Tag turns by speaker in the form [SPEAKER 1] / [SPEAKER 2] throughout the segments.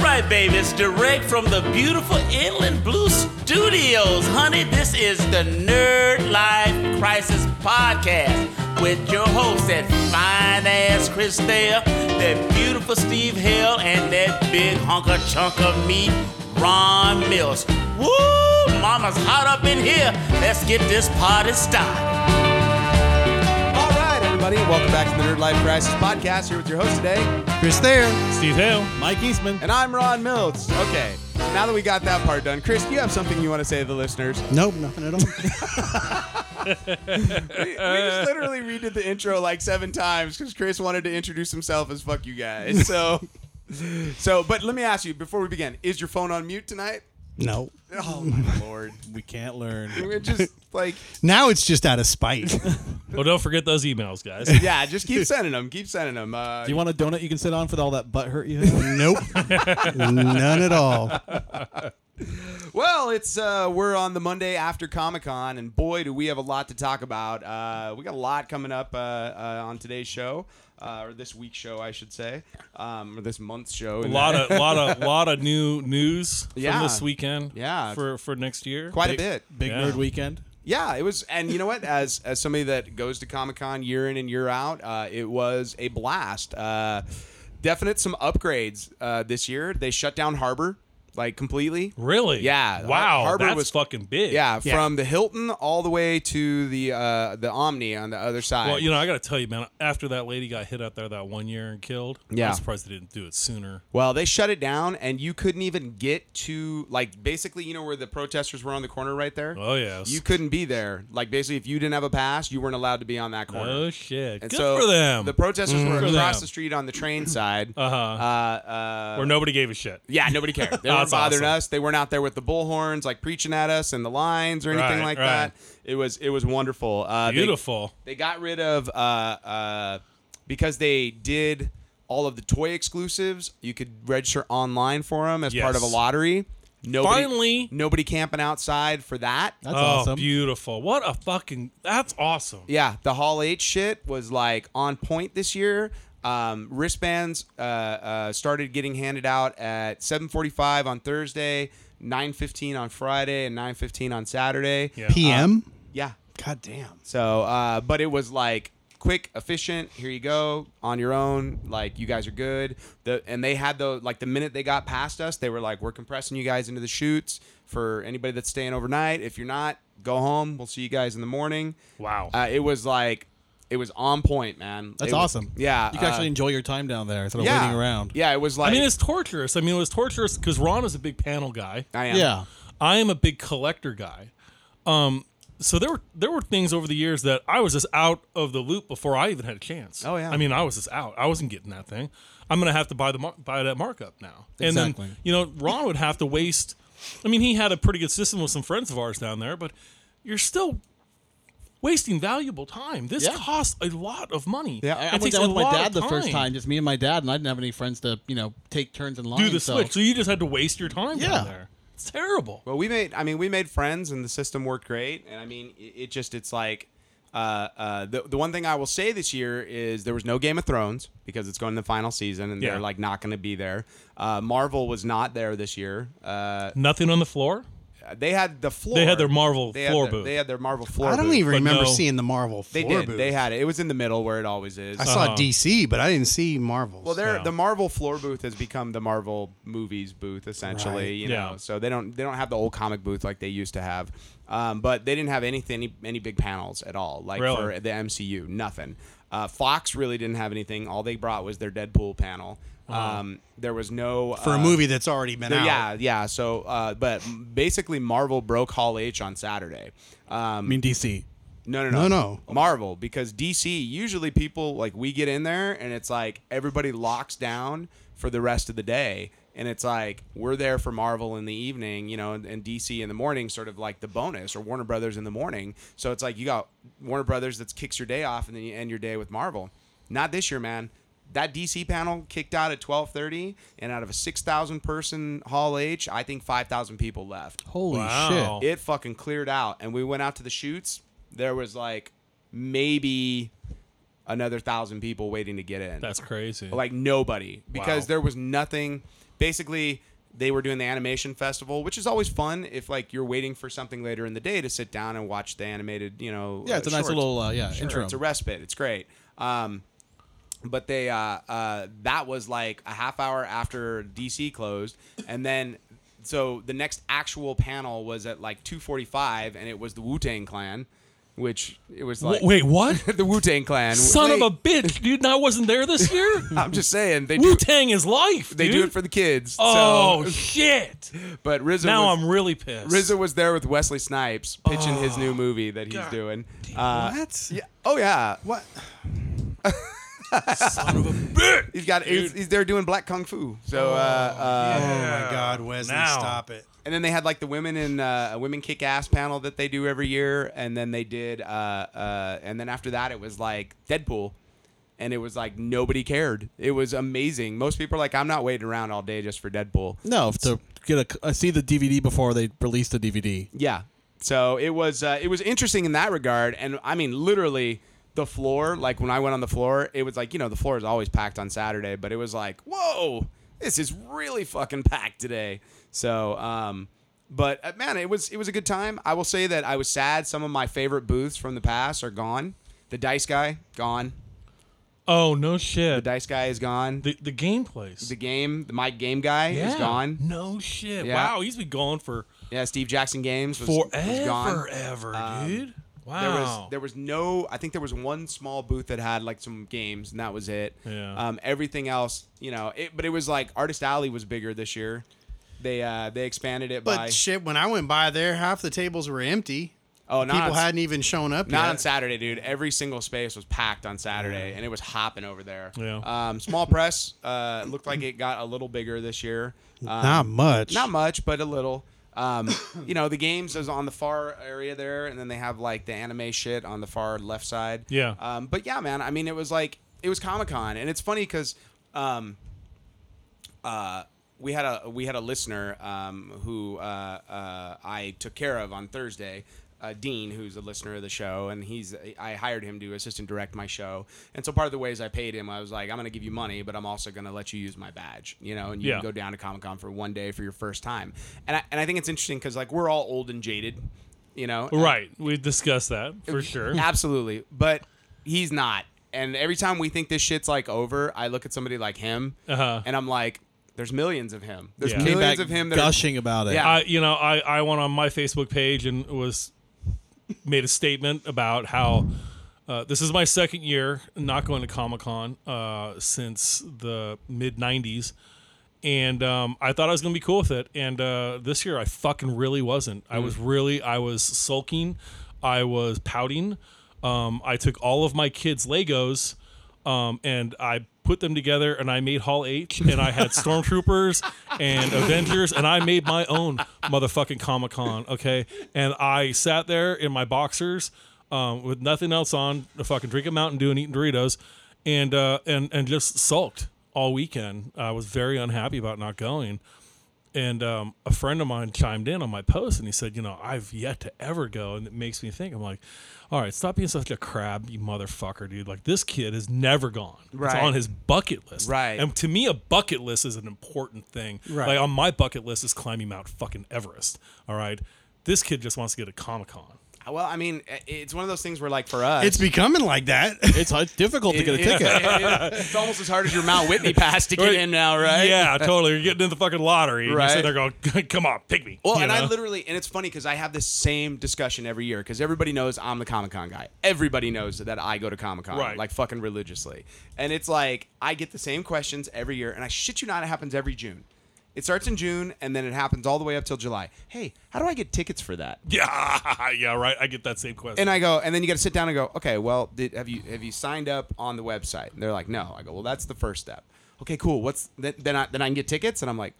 [SPEAKER 1] right, baby. It's direct from the beautiful Inland Blue Studios. Honey, this is the Nerd Life Crisis Podcast with your hosts, that fine ass Chris Thayer, that beautiful Steve Hill, and that big hunker chunk of meat, Ron Mills. Woo! Mama's hot up in here. Let's get this party started.
[SPEAKER 2] All right, everybody, welcome back to the Nerd Life Crisis Podcast. Here with your host today, Chris Thayer,
[SPEAKER 3] Steve Hill, Mike Eastman.
[SPEAKER 2] and I'm Ron Mills. Okay, so now that we got that part done, Chris, do you have something you want to say to the listeners?
[SPEAKER 4] Nope, nothing at all.
[SPEAKER 2] We just literally redid the intro like seven times because Chris wanted to introduce himself as "fuck you guys." So, so, but let me ask you before we begin: Is your phone on mute tonight?
[SPEAKER 4] no.
[SPEAKER 2] Oh my lord!
[SPEAKER 3] We can't learn.
[SPEAKER 2] We're just like,
[SPEAKER 4] Now it's just out of spite.
[SPEAKER 5] Oh, don't forget those emails, guys.
[SPEAKER 2] yeah, just keep sending them. Keep sending them. Uh,
[SPEAKER 3] Do you want a donut you can sit on for all that butt hurt you have?
[SPEAKER 4] nope. None at all.
[SPEAKER 2] Well, it's uh, we're on the Monday after Comic Con, and boy, do we have a lot to talk about. Uh, we got a lot coming up uh, uh, on today's show, uh, or this week's show, I should say, um, or this month's show.
[SPEAKER 5] A lot of lot of lot of new news
[SPEAKER 2] Yeah.
[SPEAKER 5] from this weekend.
[SPEAKER 2] Yeah.
[SPEAKER 5] For for next year.
[SPEAKER 2] quite a bit.
[SPEAKER 3] Big
[SPEAKER 5] Yeah.
[SPEAKER 3] nerd weekend.
[SPEAKER 2] Yeah, it was, and you know what? As as somebody that goes to Comic Con year in and year out, uh, it was a blast. Uh, definite some upgrades uh, this year. They shut down Harbor like completely.
[SPEAKER 5] Really?
[SPEAKER 2] Yeah.
[SPEAKER 5] Wow.
[SPEAKER 2] Harbor
[SPEAKER 5] that's
[SPEAKER 2] was-
[SPEAKER 5] fucking big.
[SPEAKER 2] Yeah,
[SPEAKER 4] Yeah.
[SPEAKER 2] from the Hilton all the way to the uh, the Omni on the other side.
[SPEAKER 5] Well, you know, I got to tell you, man. After that lady got hit out there that one year and killed,
[SPEAKER 2] Yeah.
[SPEAKER 5] I'm surprised they didn't do it sooner.
[SPEAKER 2] Well, they shut it down, and you couldn't even get to like basically, you know, where the protesters were on the corner right there.
[SPEAKER 5] Oh yes.
[SPEAKER 2] You couldn't be there. Like basically, if you didn't have a pass, you weren't allowed to be on that corner.
[SPEAKER 5] oh shit.
[SPEAKER 2] And
[SPEAKER 5] Good
[SPEAKER 2] so
[SPEAKER 5] for them. Mm-hmm.
[SPEAKER 2] The protesters were
[SPEAKER 5] for
[SPEAKER 2] across
[SPEAKER 5] them.
[SPEAKER 2] the street on the train side.
[SPEAKER 5] uh-huh.
[SPEAKER 2] Uh, uh,
[SPEAKER 5] Where nobody gave a shit.
[SPEAKER 2] yeah, nobody cared. They weren't
[SPEAKER 5] That's
[SPEAKER 2] bothering
[SPEAKER 5] awesome.
[SPEAKER 2] us. They weren't out there with the bullhorns, like preaching at us and the lines or anything like
[SPEAKER 5] Right, right.
[SPEAKER 2] that. It was it was wonderful. Uh, they-
[SPEAKER 5] Beautiful.
[SPEAKER 2] they got rid of uh, uh, because they did all of the toy exclusives. You could register online for them as part of a
[SPEAKER 5] Yes.
[SPEAKER 2] lottery. Nobody,
[SPEAKER 5] Finally.
[SPEAKER 2] nobody camping outside for that.
[SPEAKER 3] That's
[SPEAKER 5] oh,
[SPEAKER 3] awesome.
[SPEAKER 5] beautiful. What a fucking. That's awesome.
[SPEAKER 2] Yeah, the Hall H shit was like on point this year. Um, wristbands uh, uh, started getting handed out at 7:45 on Thursday, 9:15 on Friday, and 9:15 on Saturday.
[SPEAKER 5] Yeah.
[SPEAKER 4] PM?
[SPEAKER 2] yeah.
[SPEAKER 4] God damn.
[SPEAKER 2] So, uh, but it was like quick, efficient. Here you go on your own. Like you guys are good. The and they had the like the minute they got past us, they were like, we're compressing you guys into the shoots for anybody that's staying overnight. If you're not, go home. We'll see you guys in the morning.
[SPEAKER 5] Wow.
[SPEAKER 2] Uh, it was like, it was on point, man.
[SPEAKER 3] That's
[SPEAKER 2] It was-
[SPEAKER 3] awesome.
[SPEAKER 2] yeah.
[SPEAKER 3] You can
[SPEAKER 2] uh,
[SPEAKER 3] actually enjoy your time down there instead of
[SPEAKER 2] yeah,
[SPEAKER 3] waiting around.
[SPEAKER 2] Yeah, it was
[SPEAKER 5] I
[SPEAKER 2] like.
[SPEAKER 5] mean, it's torturous. I mean, it was torturous because Ron is a big panel guy.
[SPEAKER 2] I am.
[SPEAKER 3] Yeah.
[SPEAKER 5] I am a big collector guy. Um, so there were there were things over the years that I was just out of the loop before I even had a chance.
[SPEAKER 2] Oh, yeah.
[SPEAKER 5] I mean, I was just out. I wasn't getting that thing. I'm gonna have to buy the mar- buy that markup now. And
[SPEAKER 3] Exactly.
[SPEAKER 5] then you know, Ron would have to waste. I mean, he had a pretty good system with some friends of ours down there, but you're still wasting valuable time. This
[SPEAKER 3] Yeah.
[SPEAKER 5] costs a lot of money.
[SPEAKER 3] Yeah, I, I
[SPEAKER 5] It
[SPEAKER 3] went
[SPEAKER 5] takes
[SPEAKER 3] down
[SPEAKER 5] a
[SPEAKER 3] with my
[SPEAKER 5] lot
[SPEAKER 3] dad
[SPEAKER 5] of
[SPEAKER 3] the first
[SPEAKER 5] time.
[SPEAKER 3] time, just me and my dad, and I didn't have any friends to, you know, take turns in line.
[SPEAKER 5] Do the
[SPEAKER 3] so-
[SPEAKER 5] switch. So you just had to waste your time
[SPEAKER 3] Yeah.
[SPEAKER 5] down there. It's terrible.
[SPEAKER 2] Well, we made. I mean, we made friends, and the system worked great. And I mean, it, it just it's like uh, uh, the the one thing I will say this year is there was no Game of Thrones because it's going to the final season, and
[SPEAKER 5] Yeah.
[SPEAKER 2] they're like not going to be there. Uh, Marvel was not there this year. Uh,
[SPEAKER 5] Nothing on the floor.
[SPEAKER 2] they had the floor.
[SPEAKER 5] They had their Marvel
[SPEAKER 2] They had
[SPEAKER 5] floor
[SPEAKER 2] their-
[SPEAKER 5] booth.
[SPEAKER 2] They had their Marvel floor.
[SPEAKER 4] I don't
[SPEAKER 2] booth.
[SPEAKER 4] even
[SPEAKER 5] But
[SPEAKER 4] remember
[SPEAKER 5] no.
[SPEAKER 4] seeing the Marvel
[SPEAKER 2] They
[SPEAKER 4] floor
[SPEAKER 2] did.
[SPEAKER 4] booth.
[SPEAKER 2] They had it. It was in the middle where it always is.
[SPEAKER 4] I saw
[SPEAKER 5] Uh-huh.
[SPEAKER 4] DC, but I didn't see Marvel.
[SPEAKER 2] Well, they're,
[SPEAKER 5] Yeah.
[SPEAKER 2] the Marvel floor booth has become the Marvel movies booth essentially.
[SPEAKER 4] Right.
[SPEAKER 2] You
[SPEAKER 5] Yeah.
[SPEAKER 2] know, so they don't they don't have the old comic booth like they used to have. Um, but they didn't have anything any, any big panels at all, like
[SPEAKER 5] Really?
[SPEAKER 2] for the MCU, nothing. Uh, Fox really didn't have anything. All they brought was their Deadpool panel. Um, there was no
[SPEAKER 4] for a
[SPEAKER 2] uh,
[SPEAKER 4] movie that's already been
[SPEAKER 2] there-
[SPEAKER 4] out.
[SPEAKER 2] yeah, yeah. So, uh, but basically, Marvel broke Hall H on Saturday. Um,
[SPEAKER 3] I mean, DC.
[SPEAKER 2] no, no, no,
[SPEAKER 4] No, no.
[SPEAKER 2] Marvel, because DC usually people like we get in there and it's like everybody locks down for the rest of the day, and it's like we're there for Marvel in the evening, you know, and, and DC in the morning, sort of like the bonus, or Warner Brothers in the morning. So it's like you got Warner Brothers that kicks your day off, and then you end your day with Marvel. Not this year, man. That DC panel kicked out at twelve thirty, and out of a six thousand person Hall H, I think five thousand people left
[SPEAKER 3] Holy
[SPEAKER 5] Wow.
[SPEAKER 3] shit.
[SPEAKER 2] it fucking cleared out and we went out to the shoots there was like maybe another thousand people waiting to get in
[SPEAKER 5] That's crazy.
[SPEAKER 2] like nobody because
[SPEAKER 5] Wow.
[SPEAKER 2] there was nothing basically they were doing the animation festival, which is always fun if like you're waiting for something later in the day to sit down and watch the animated, you know.
[SPEAKER 3] Yeah, it's
[SPEAKER 2] uh,
[SPEAKER 3] a nice
[SPEAKER 2] shorts.
[SPEAKER 3] little uh, yeah
[SPEAKER 2] Sure,
[SPEAKER 3] intro.
[SPEAKER 2] It's a respite. It's great. Um, but they uh, uh, that was like a half hour after DC closed, and then so the next actual panel was at like two forty five, and it was the Wu Tang Clan, which it was like
[SPEAKER 5] W- wait, what?
[SPEAKER 2] the Wu Tang Clan.
[SPEAKER 5] Son
[SPEAKER 2] Wait,
[SPEAKER 5] of a bitch, dude! I wasn't there this year.
[SPEAKER 2] I'm just saying they do
[SPEAKER 5] Wu Tang is life.
[SPEAKER 2] they
[SPEAKER 5] dude.
[SPEAKER 2] do it for the kids.
[SPEAKER 5] Oh
[SPEAKER 2] so,
[SPEAKER 5] shit!
[SPEAKER 2] but RZA
[SPEAKER 5] Now
[SPEAKER 2] was,
[SPEAKER 5] I'm Oh, really pissed.
[SPEAKER 2] RZA was there with Wesley Snipes pitching his new movie that he's doing. Uh,
[SPEAKER 4] What?
[SPEAKER 2] yeah. Oh yeah.
[SPEAKER 4] What?
[SPEAKER 5] Son of a bitch.
[SPEAKER 2] He's got he's, he's there doing black kung fu. So uh, uh,
[SPEAKER 4] Oh my God, Wesley,
[SPEAKER 5] Now.
[SPEAKER 4] stop it.
[SPEAKER 2] and then they had like the women in uh, women kick ass panel that they do every year, and then they did uh, uh, and then after that it was like Deadpool, and it was like nobody cared. It was amazing. Most people are like, I'm not waiting around all day just for Deadpool.
[SPEAKER 3] No, if to get a I see the DVD before they release the DVD.
[SPEAKER 2] Yeah. So it was uh, it was interesting in that regard, and I mean literally the floor. Like when I went on the floor, it was like you know the floor is always packed on Saturday, but it was like whoa, this is really fucking packed today. So, um, but uh, man, it was it was a good time. I will say that I was sad. Some of my favorite booths from the past are gone. The dice guy gone.
[SPEAKER 5] Oh no shit!
[SPEAKER 2] The dice guy is gone. The,
[SPEAKER 5] The the game place.
[SPEAKER 2] game, my game guy is gone.
[SPEAKER 5] No shit!
[SPEAKER 2] Yeah.
[SPEAKER 5] Wow, he's been gone for
[SPEAKER 2] Yeah, Steve Jackson Games was, was gone. Um,
[SPEAKER 5] forever, ever, dude. Wow.
[SPEAKER 2] There was there was no. I think there was one small booth that had like some games, and that was it.
[SPEAKER 5] Yeah.
[SPEAKER 2] Um, everything else, you know, it, but it was like Artist Alley was bigger this year. They uh, they expanded it
[SPEAKER 4] But
[SPEAKER 2] by
[SPEAKER 4] shit, when I went by there, half the tables were empty.
[SPEAKER 2] oh not
[SPEAKER 4] People
[SPEAKER 2] on,
[SPEAKER 4] hadn't even shown up
[SPEAKER 2] not
[SPEAKER 4] yet.
[SPEAKER 2] on Saturday, dude. Every single space was packed on Saturday, and it was hopping over there.
[SPEAKER 5] Yeah.
[SPEAKER 2] Um, small press uh, looked like it got a little bigger this year. Um,
[SPEAKER 4] Not much.
[SPEAKER 2] Not much, but a little. Um, you know, the games is on the far area there, and then they have like the anime shit on the far left side.
[SPEAKER 5] Yeah.
[SPEAKER 2] Um, but yeah, man, I mean, it was like it was Comic Con, and it's funny because um, uh, we had a we had a listener um, who uh, uh, I took care of on Thursday. Uh, Dean, who's a listener of the show, and he's I hired him to assist and direct my show. And so part of the ways I paid him, I was like, I'm going to give you money, but I'm also going to let you use my badge, you know, and you
[SPEAKER 5] Yeah.
[SPEAKER 2] can go down to Comic Con for one day for your first time. And I, and I think it's interesting because like we're all old and jaded, you know,
[SPEAKER 5] right. We discussed that for sure.
[SPEAKER 2] Absolutely. But he's not. And every time we think this shit's like over, I look at somebody like him
[SPEAKER 5] Uh-huh.
[SPEAKER 2] and I'm like, there's millions of him. There's
[SPEAKER 5] Yeah. Came
[SPEAKER 3] Came
[SPEAKER 2] millions
[SPEAKER 3] back
[SPEAKER 2] of him that are-
[SPEAKER 3] gushing about it.
[SPEAKER 2] Yeah.
[SPEAKER 5] I, you know, I, I went on my Facebook page and was made a statement about how uh, this is my second year not going to Comic Con uh, since the mid '90s, and um, I thought I was going to be cool with it. And uh, this year, I fucking really wasn't. I was really, I was sulking, I was pouting. Um, I took all of my kids' Legos um, and I put them together and I made Hall H and I had Stormtroopers and Avengers and I made my own motherfucking Comic Con, okay? And I sat there in my boxers um, with nothing else on, fucking drinking Mountain Dew and eating Doritos and, uh, and, and just sulked all weekend. I was very unhappy about not going. And um, a friend of mine chimed in on my post and he said, You know, I've yet to ever go. And it makes me think, I'm like, All right, stop being such a crab, you motherfucker, dude. Like, this kid has never gone.
[SPEAKER 2] Right.
[SPEAKER 5] It's on his bucket list.
[SPEAKER 2] Right.
[SPEAKER 5] And to me, a bucket list is an important thing.
[SPEAKER 4] Right.
[SPEAKER 5] Like, on my bucket list is climbing Mount fucking Everest. All right. This kid just wants to get a Comic Con.
[SPEAKER 2] Well, I mean, it's one of those things where like for us,
[SPEAKER 4] It's becoming like that.
[SPEAKER 3] It's, it's difficult to get a
[SPEAKER 2] it-
[SPEAKER 3] ticket.
[SPEAKER 2] it- it's almost as hard as your Mount Whitney pass to get in now, right?
[SPEAKER 5] Yeah, totally. You're getting in the fucking lottery. And you're
[SPEAKER 2] Right.
[SPEAKER 5] sitting there going, Come on, pick me.
[SPEAKER 2] Well,
[SPEAKER 5] you
[SPEAKER 2] and I
[SPEAKER 5] know?
[SPEAKER 2] literally, and it's funny because I have this same discussion every year because everybody knows I'm the Comic Con guy. Everybody knows that I go to Comic Con
[SPEAKER 5] Right.
[SPEAKER 2] like fucking religiously, and it's like I get the same questions every year, and I shit you not, it happens every June. It starts in June and then it happens all the way up till July. Hey, how do I get tickets for that?
[SPEAKER 5] Yeah, yeah, right. I get that same question.
[SPEAKER 2] And I go, and then you got to sit down and go, okay, well, did, have you have you signed up on the website? And they're like, no. I go, well, that's the first step. Okay, cool. What's then? Then I, then I can get tickets, and I'm like,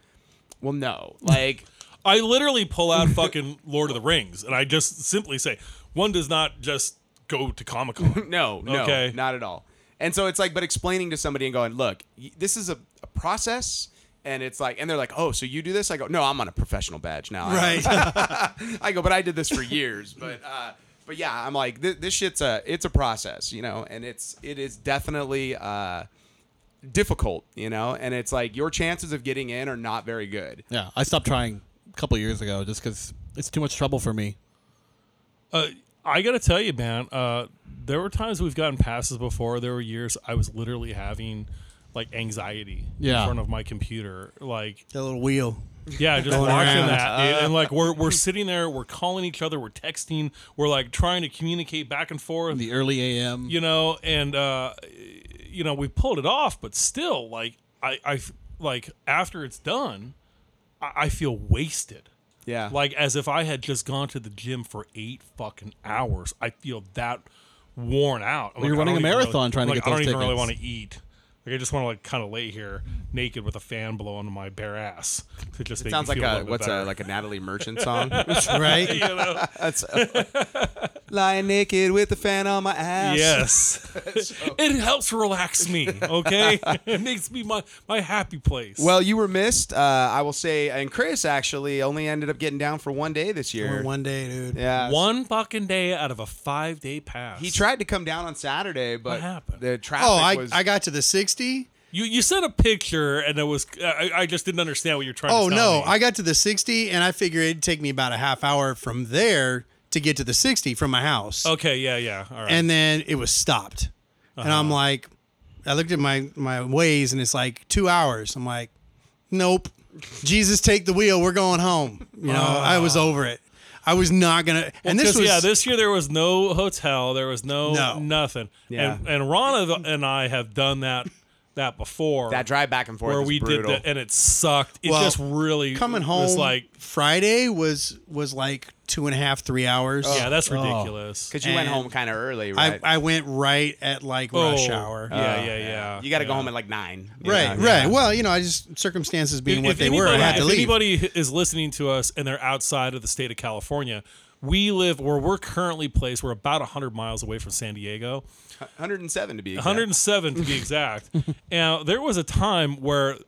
[SPEAKER 2] well, no, like.
[SPEAKER 5] I literally pull out fucking Lord of the Rings, and I just simply say, one does not just go to Comic Con.
[SPEAKER 2] No, no,
[SPEAKER 5] Okay.
[SPEAKER 2] not at all. And so it's like, but explaining to somebody and going, look, y- this is a, a process. And it's like, and they're like, oh, so you do this? I go, no, I'm on a professional badge now. I-
[SPEAKER 4] right.
[SPEAKER 2] I go, but I did this for years. But, uh, but yeah, I'm like, this, this shit's a, it's a process, you know, and it's, it is definitely, uh, difficult, you know, and it's like your chances of getting in are not very good.
[SPEAKER 3] Yeah, I stopped trying a couple years ago just because it's too much trouble for me.
[SPEAKER 5] Uh, I gotta tell you, man. Uh, there were times we've gotten passes before. There were years I was literally having like anxiety
[SPEAKER 3] Yeah.
[SPEAKER 5] in front of my computer. Like,
[SPEAKER 4] That little wheel.
[SPEAKER 5] yeah, just watching
[SPEAKER 4] around.
[SPEAKER 5] that, dude. and like we're we're sitting there, we're calling each other, we're texting, we're like trying to communicate back and forth.
[SPEAKER 3] The early AM.
[SPEAKER 5] you know and uh you know we pulled it off but still like i i f- like after it's done i, I feel wasted
[SPEAKER 2] Yeah.
[SPEAKER 5] like as if i had just gone to the gym for eight fucking hours i feel that worn out I'm
[SPEAKER 3] Well, you're
[SPEAKER 5] like, I
[SPEAKER 3] running
[SPEAKER 5] don't
[SPEAKER 3] a
[SPEAKER 5] even really-
[SPEAKER 3] marathon trying to
[SPEAKER 5] like,
[SPEAKER 3] get
[SPEAKER 5] i don't
[SPEAKER 3] those
[SPEAKER 5] even really
[SPEAKER 3] tickets.
[SPEAKER 5] want to eat like I just want to like kind of lay here naked with a fan blowing my bare ass to just make
[SPEAKER 2] Sounds
[SPEAKER 5] me
[SPEAKER 2] like a
[SPEAKER 5] feel little bit
[SPEAKER 2] what's
[SPEAKER 5] better.
[SPEAKER 2] a like a Natalie Merchant song.
[SPEAKER 4] Right?
[SPEAKER 5] you know?
[SPEAKER 2] That's lying naked with the fan on my ass.
[SPEAKER 5] Yes. it helps relax me, okay? it makes me my, my happy place.
[SPEAKER 2] Well, you were missed. Uh, I will say, and Chris actually only ended up getting down for one day this year.
[SPEAKER 4] Or one day, dude.
[SPEAKER 2] Yeah.
[SPEAKER 5] one fucking day out of a five day pass.
[SPEAKER 2] He tried to come down on Saturday, but
[SPEAKER 5] happened?
[SPEAKER 2] the traffic
[SPEAKER 4] Oh, I,
[SPEAKER 2] was.
[SPEAKER 4] I got to the 60.
[SPEAKER 5] You you sent a picture and it was I, I just didn't understand what you're trying
[SPEAKER 4] Oh,
[SPEAKER 5] to tell
[SPEAKER 4] no.
[SPEAKER 5] me.
[SPEAKER 4] I got to the 60, and I figured it'd take me about a half hour from there to get to the 60 from my house.
[SPEAKER 5] Okay, yeah, yeah. All right.
[SPEAKER 4] and then it was stopped. And
[SPEAKER 5] Uh-huh.
[SPEAKER 4] I'm like, I looked at my my ways, and it's like two hours. I'm like, nope. Jesus, take the wheel. We're going home. You know, I was over it. I was not gonna. and this
[SPEAKER 5] Ah. 'Cause,
[SPEAKER 4] was
[SPEAKER 5] yeah, this year there was no hotel, there was no,
[SPEAKER 4] No.
[SPEAKER 5] nothing.
[SPEAKER 2] Yeah.
[SPEAKER 5] And and Rana and I have done that that before.
[SPEAKER 2] that drive back and forth
[SPEAKER 5] where
[SPEAKER 2] was
[SPEAKER 5] we
[SPEAKER 2] brutal.
[SPEAKER 5] did that and it sucked. It
[SPEAKER 4] Well,
[SPEAKER 5] just really
[SPEAKER 4] coming home.
[SPEAKER 5] was like
[SPEAKER 4] Friday was was like two and a half, three hours.
[SPEAKER 5] yeah, that's ridiculous.
[SPEAKER 2] because you went
[SPEAKER 4] and
[SPEAKER 2] home kind of early,
[SPEAKER 4] I,
[SPEAKER 2] right?
[SPEAKER 4] I went right at like rush
[SPEAKER 5] Oh,
[SPEAKER 4] hour.
[SPEAKER 5] Yeah, yeah, yeah.
[SPEAKER 2] you got to
[SPEAKER 5] yeah.
[SPEAKER 2] go home at like nine. you
[SPEAKER 4] Right,
[SPEAKER 2] know? Yeah.
[SPEAKER 4] right. Well, you know, I just circumstances being
[SPEAKER 5] If-
[SPEAKER 4] what
[SPEAKER 5] if
[SPEAKER 4] they
[SPEAKER 5] anybody,
[SPEAKER 4] were, I had to
[SPEAKER 5] if
[SPEAKER 4] leave.
[SPEAKER 5] anybody is listening to us and they're outside of the state of California, we live where we're currently placed. We're about 100 miles away from San Diego,
[SPEAKER 2] 107 to be exact.
[SPEAKER 5] 107 to be exact. now, there was a time where